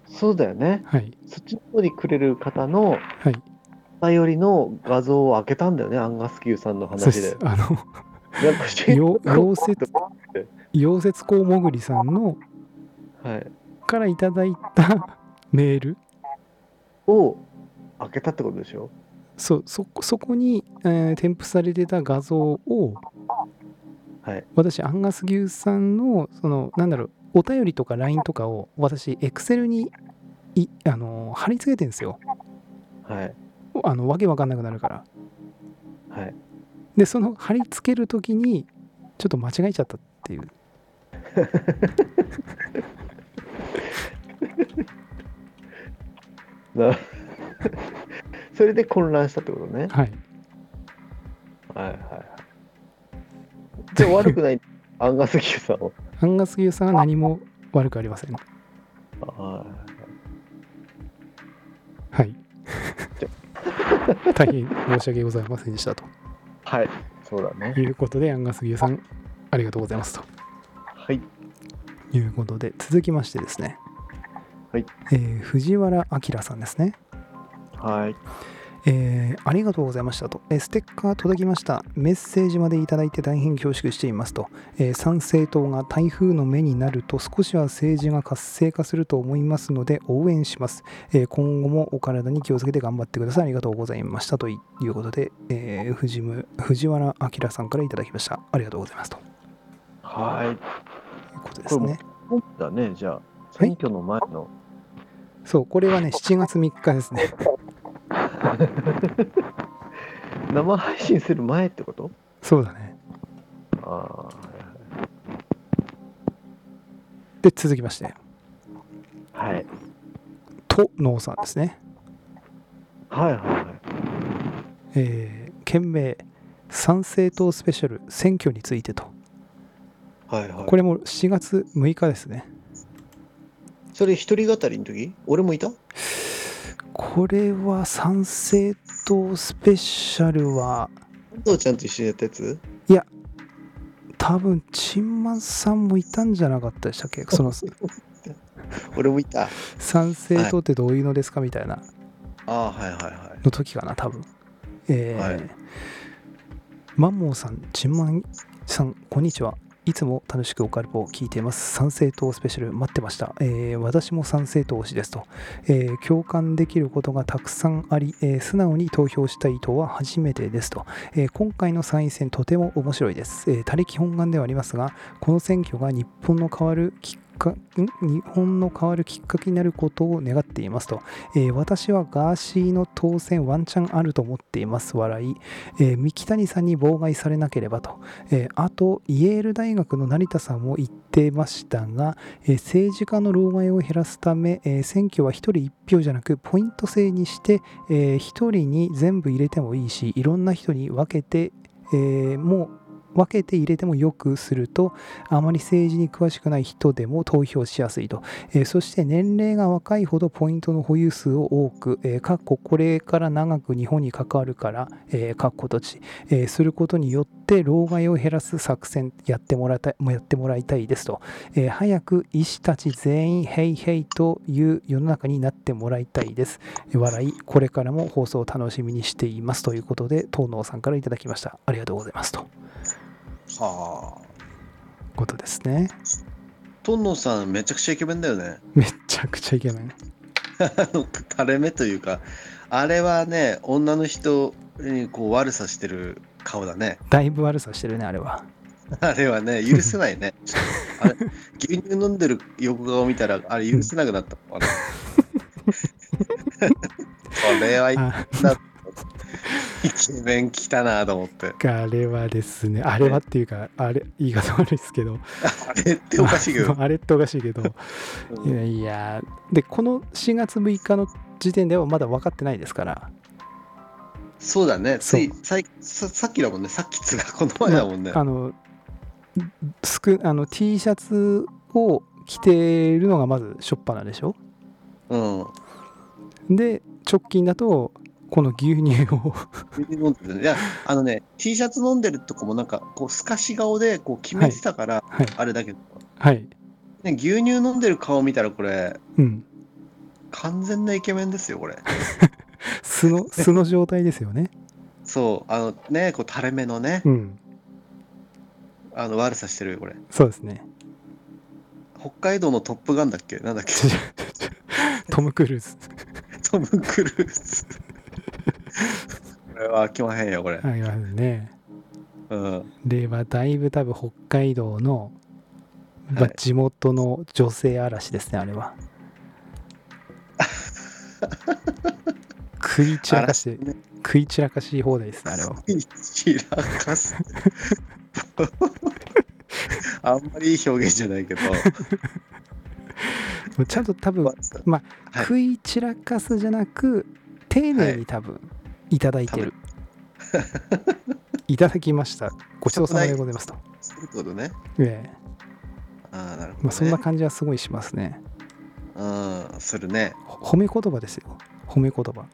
そうだよね
はい。
そっちの方にくれる方の
はい。
頼りの画像を開けたんだよねアンガスキューさんの
そうで。
話です
あの、
なんかして
よ溶接
て
溶接工もぐりさんの
はい
からいただいたメール、
を開けたってことでしょ
そうそこそこに、えー添付されてた画像を、
はい
私アンガス牛さんのそのなんだろうお便りとか LINE とかを私 Excel にいあのー貼り付けてんですよ
はい
あのわけわかんなくなるから
はい
でその貼り付ける時にちょっと間違えちゃったっていう
な それで混乱したってことね
はい
はいはいはいじゃあ悪くないアンガスキューさんは
アンガス牛さんは何も悪くありません
はい
はい 大変申し訳ございませんでしたと
はい、そうだね。
いうことでアンガス牛さんありがとうございますと
はい、
ということで続きましてですね、
はい
えー藤原明さんですね、
はい、
えーありがとうございましたと、えーステッカー届きましたメッセージまでいただいて大変恐縮していますと、えー参政党が台風の目になると少しは政治が活性化すると思いますので応援します、えー今後もお体に気をつけて頑張ってくださいありがとうございましたということで、えー藤む藤原明さんからいただきましたありがとうございますとい
は
うことです
これ
ね
い。本当だね、じゃあ、選挙の前の。
そうこれはね7月3日ですね
生配信する前ってこと。
そうだね
あ
で続きまして
あ、はい、
と農さんですね。
はい、はい、はい。
えー、件名参政党スペシャル選挙についてと。
はいはい。
これも7月6日ですね。
それ一人語りの時俺もいた
これは参政党スペシャルは
安藤ちゃんと一緒にやったやつ
多分チンマンさんもいたんじゃなかったでしたっけその
俺もいた。あ
参政党ってどういうのですかみたいな
あ、はいはいはい。
の時かな多分。えー
はい
マンモーさん、チンマンさん、こんにちは。いつも楽しくオカルポを聞いています。参政党スペシャル待ってました。えー私も参政党推しですと、えー共感できることがたくさんあり、えー素直に投票したい党は初めてですと、えー今回の参院選とても面白いです。えー、他力本願ではありますが、この選挙が日本の変わるきっかん日本の変わるきっかけになることを願っていますと、えー私はガーシーの当選ワンチャンあると思っています笑い、えー三木谷さんに妨害されなければと、えーあとイェール大学の成田さんも言ってましたが、えー政治家の老害を減らすため、えー選挙は1人1票じゃなくポイント制にして、え1人に全部入れてもいいしいろんな人に分けて、えーもう分けて入れてもよくするとあまり政治に詳しくない人でも投票しやすいとえーそして年齢が若いほどポイントの保有数を多く、えーかっここれから長く日本に関わるから、えーかっこ土地、えーすることによって老害を減らす作戦やってもらいたいもうやってもらいたいですと、えー早く医師たち全員ヘイヘイという世の中になってもらいたいです笑いこれからも放送を楽しみにしていますということで東能さんからいただきましたありがとうございますという
はあ。
ことですね
トンノさん、めちゃくちゃイケメンだよね。
めっちゃくちゃイケメン
あの垂れ目というか、あれはね、女の人にこう悪さしてる顔だね。
だいぶ悪さしてるねあれは
あれはね、許せな いね。あれ、牛乳飲んでる横顔見たら、あれ許せなくなった もん。あれこれはいい
あ
な。イケメン来たなと思って。
あれはですね、あれはっていうか、あれ、言い方悪いですけど、
あれっておかしいけ ど。
あれっておかしいけど、
うん
いやいや、で、この4月6日の時点ではまだ分かってないですから、
そうだね。つい
そ
さいささっきだもんね。さっきっつうかこの前だもんね。
あの、すくあの T シャツを着てるのがまず初っ端でしょ。
うん。
で、直近だと、この牛乳を
牛乳飲んでるねいや、あのね、T シャツ飲んでるとこもなんか、こう、すかし顔で、こう、決めてたから、
はい
あれだけど、
はい、
ね、牛乳飲んでる顔見たら、これ、
うん、
完全なイケメンですよ、これ。
素 の素の状態ですよね。
そう、あのね、こう、垂れ目のね
う、ん、
あの、悪さしてるよ、これ。
そうです ね。
北海道のトップガンだっけなんだ っけ
トム・クルーズ。
トム・クルーズ。これは飽きまへんよ、これ。
ありますね。
うん。
ではだいぶ多分北海道の、まあ
はい
地元の女性嵐ですねあれ は食い散らかし
ね
食い散らかし放題ですねあれは
散らかす。 あんまりいい表現じゃない けど。
ちゃんと多分
はい
食い散らかすじゃなく丁寧に多分いただいてる、い、ただきましたごちそうさまでございますと、
そういうことね。
ええ
ああ、なるほど、ね。
まあ、そんな感じはすごいしますね
うん、するね。
ほ褒め言葉ですよ褒め言葉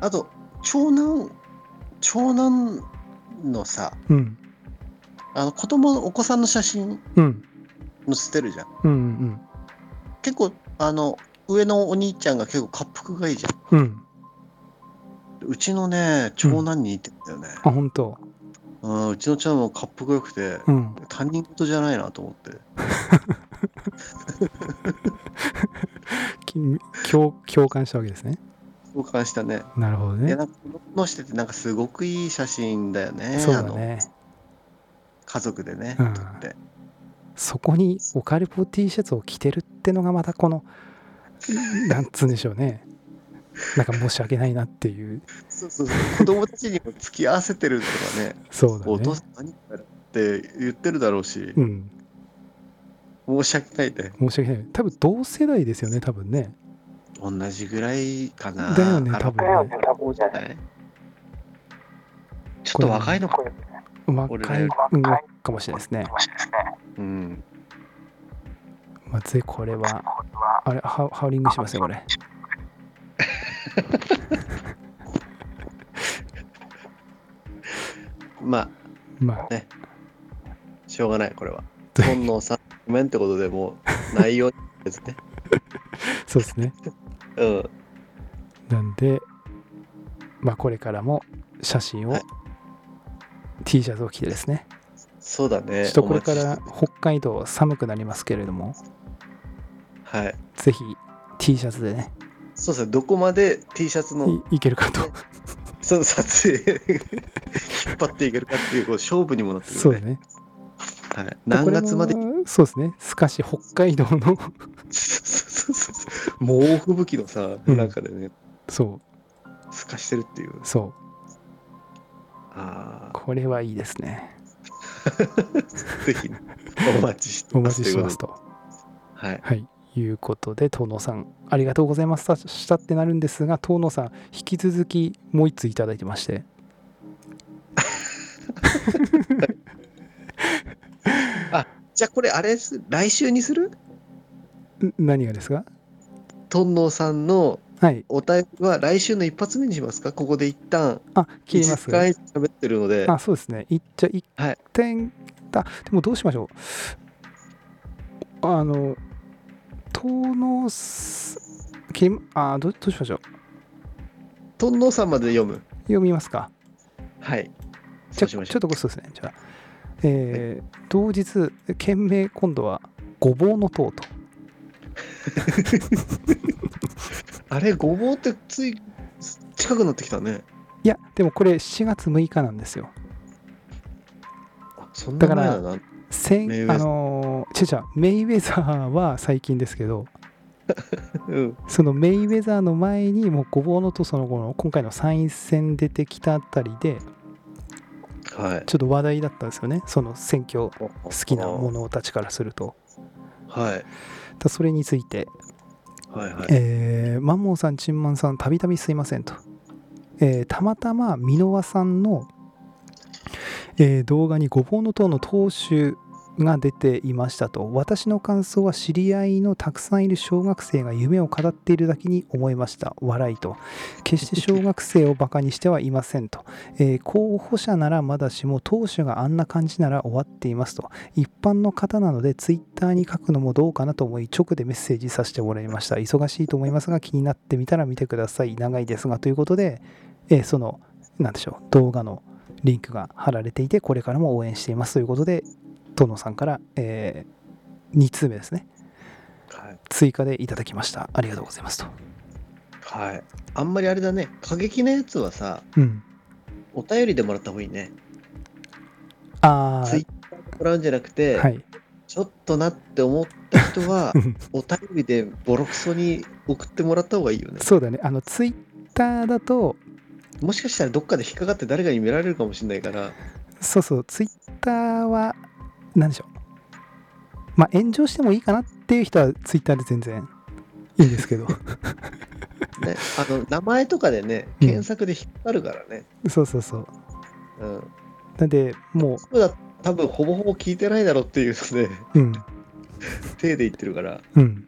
あと、長男、長男のさ、
うん
あの子供のお子さんの写真
うん
載せてるじゃん。
うんうん
結構、あの、上のお兄ちゃんが結構恰幅がいいじゃん。
うん
うちのね、長男に似てんだよね。
あ本当
うん、うちの長男も恰幅良くて、
うん
他人事じゃないなと思って。
き共共感したわけですね。
共感したね。
なるほど
いや、
ね。
なんか、のしてて、なんかすごくいい写真だよね。
そうだ
あの
ね。
家族でね、
うん
撮って。
そこにオカルポ T シャツを着てるってのがまたこの、なんつうんでしょうね。なんか申し訳ないなっていう。
そうそうそう子供たちにも付き合わせてるとかね。
そうだ
お父
ね
さ。ん何これって言ってるだろうし、
うん。
申し訳ないね。
申し訳ない。多分同世代ですよね、多分ね。
同じぐらいかな。
だよね
あの
多分ね
ちょっと若いのか。俺
若
ら
い
よ
う
り
んかもしれないですね。
うん。
まずい、これは。あれハ、ハウリングしますよ、これ。
まあ、
まあ、
しょうがない、これは。本能さん、ごめんってことでもう、内容ですね。
そうですね。
うん。
なんで、まあ、これからも写真を、
はい
T シャツを着てですね、
そうだ
ちょ
ね
っ。とこれか
お
ら
待ちし
北海道寒くなりますけれども、
はい。
ぜひ T シャツでね、
そうですね。どこまで T シャツの
いいけるかと。
その撮影 引っ張っていけるかっていうこう勝負にもなって く
そう
る
だ
ね。
ね。
はい。何月まで
これはそうですね。すかし北海道の、
そうそうそう猛吹雪のさ、
うん
中でね、
そ
透かしてるっていう。
う、そう。
あ
これはいいですね。
あ、ぜひね、お待ちして
お
ま
待
す。
ちしてます。
ということとで。はい。
はい。いうことで、遠野さん、ありがとうございます。したってなるんですが、遠野さん、引き続きもう一通いただいてまして。
じゃあこれあれです来週にする
ん何がですか
ンノさんの
はい。
お便りは来週の一発目にしますかここで一旦
あ、切ります
1時。間以上喋ってるので、
あ、そうですね。いっちゃ一
はい
点だ。でもどうしましょう。あの、遠野す、切りあどう、どうしましょう。
トンノさんまで読む。
読みますか。
はい。
じ
そ
ゃ
うしまし
ちょ
ょう
っとこそうですね。じゃあ、えー同日、件名、今度は、ごぼうの塔と。
あれ、ごぼうってつい近くなってきたね。
いや、でもこれ、7月6日なんですよ。
あそんな
だから
前だな。
先
メイウェザー
あのー、ちゃちゃ、メイウェザーは最近ですけど、
うん。
そのメイウェザーの前に、もうごぼうの塔、その後の、今回の参院選出てきたあたりで、
はい。
ちょっと話題だったんですよね。その選挙
好
好きな者たちからすると。
はい。
だそれについて、
はいはい。
えーマンモーさん、チンマンさん、たびたびすいませんと。えーたまたま、箕輪さんの、えー動画にごぼうの塔の当主が出ていましたと。私の感想は知り合いのたくさんいる小学生が夢を語っているだけに思いました。笑いと。決して小学生をバカにしてはいませんと。 えー候補者ならまだしも、当主があんな感じなら終わっていますと。一般の方なのでツイッターに書くのもどうかなと思い直でメッセージさせてもらいました忙しいと思いますが気になってみたら見てください長いですがということで、えーそのなんでしょう動画のリンクが貼られていてこれからも応援していますということで殿さんから、え2通目ですね
はい。
追加でいただきましたありがとうございますと
はい。あんまりあれだね。過激なやつはさ、
うん
お便りでもらった方がいいね。
あ
ツイ
ー
ッターでもらうんじゃなくて、
はい
ちょっとなって思った人 は
う、ん
お便りでボロクソに送ってもらった方がいいよね。
そうだねあのツイッターだと
もしかしたらどっかで引っかかって誰かに見られるかもしれないから、
そうそう、ツイッターは、なんでしょう。まあ、炎上してもいいかなっていう人は、ツイッターで全然いいんです けど、
ね、あの名前とかでね、
うん
検索で引っ張るからね。
そうそうそう。
うん。
なんで、も
そうだ多分ほぼほぼ聞いてないだろうっていうの で、
う、うん、
手で言ってるから、
うん、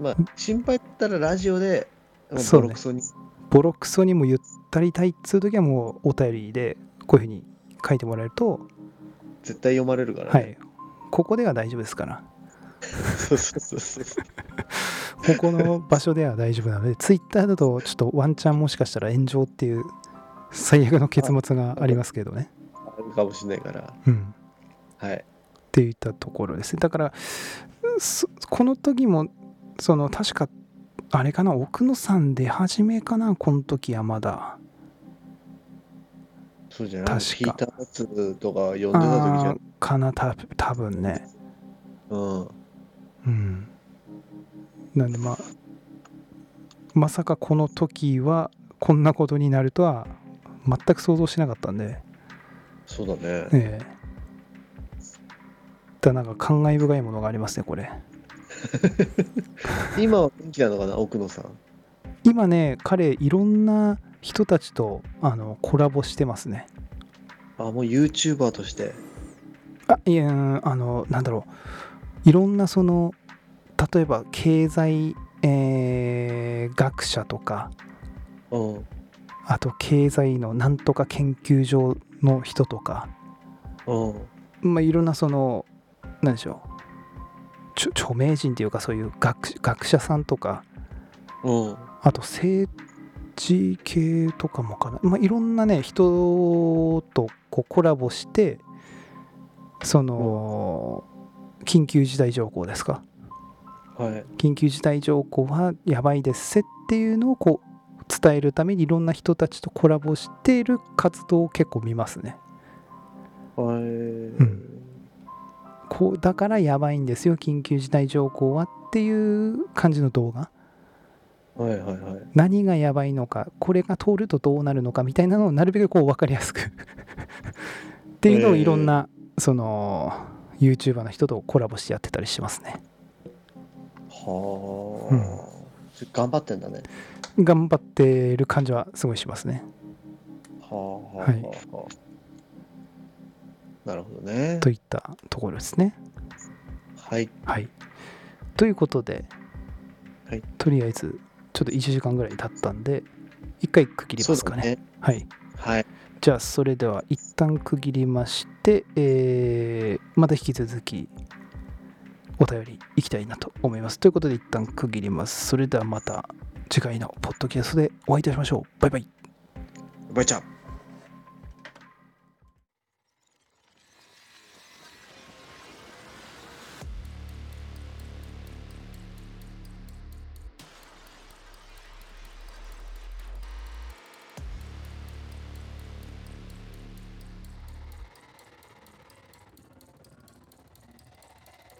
まあ、心配だったらラジオで、もう
そ
ボ
うね
ロクソに。
ボロクソにもゆったりたいっつう時は、もうお便りで、こういうふうに書いてもらえると、
絶対読まれるから
は
ね。
い、ここでは大丈夫ですから、
そうそうそうそう。
ここの場所では大丈夫なので、ツイッターだと、ちょっとワンチャンもしかしたら炎上っていう、最悪の結末がありますけどね。
あるかもしれないから。
うん
はい。
って言ったところですねだからそこの時もその確かあれかな奥野さん出始めかなこの時はまだ
そうじゃない
確
聞い
か
たやつとか読んでた時じゃ
あ
ん
ー。かなた多分ね
うん。
うんなんでまあまさかこの時はこんなことになるとは全く想像しなかったんで
そうだね。
ええだなんか感慨深いものがありますねこれ
今は元気なのかな、奥野さん。
今ね彼いろんな人たちとあのコラボしてますね
あ、もう YouTuber として。
あいやあのなんだろういろんなその例えば経済、えー学者とか
うん。
あと経済のなんとか研究所の人とか、
うん。
まあ、いろんなその何でしょうちょ著名人っていうかそういう学学者さんとか
うん。
あと政ち系とかもかな、まあ、いろんなね人とこうコラボしてその緊急事態条項ですか
はい。
緊急事態条項はやばいですせっていうのをこう伝えるためにいろんな人たちとコラボしている活動を結構見ますね。
はい。
んこうだからやばいんですよ緊急事態条項はっていう感じの動画
はいはいはい。
何がやばいのかこれが通るとどうなるのかみたいなのをなるべくこう分かりやすく っていうのをいろんな、その YouTuber の人とコラボしてやってたりしますね
は
それ頑張ってんだね。
頑張ってる感じはすごいしますね
あ。はあ。
はい
あ。は
なるほどね。
といったところですね
はい。
はいということで、
はい
とりあえずちょっと1時間ぐらい経ったんで一回区切りますかね
そうだね。
はい
はい。
じゃあそれでは一旦区切りまして、えーまた引き続きお便りいきたいなと思います。ということで一旦区切ります。それではまた次回のポッドキャストでお会いいたしましょう。バイバイ。
バイチャー。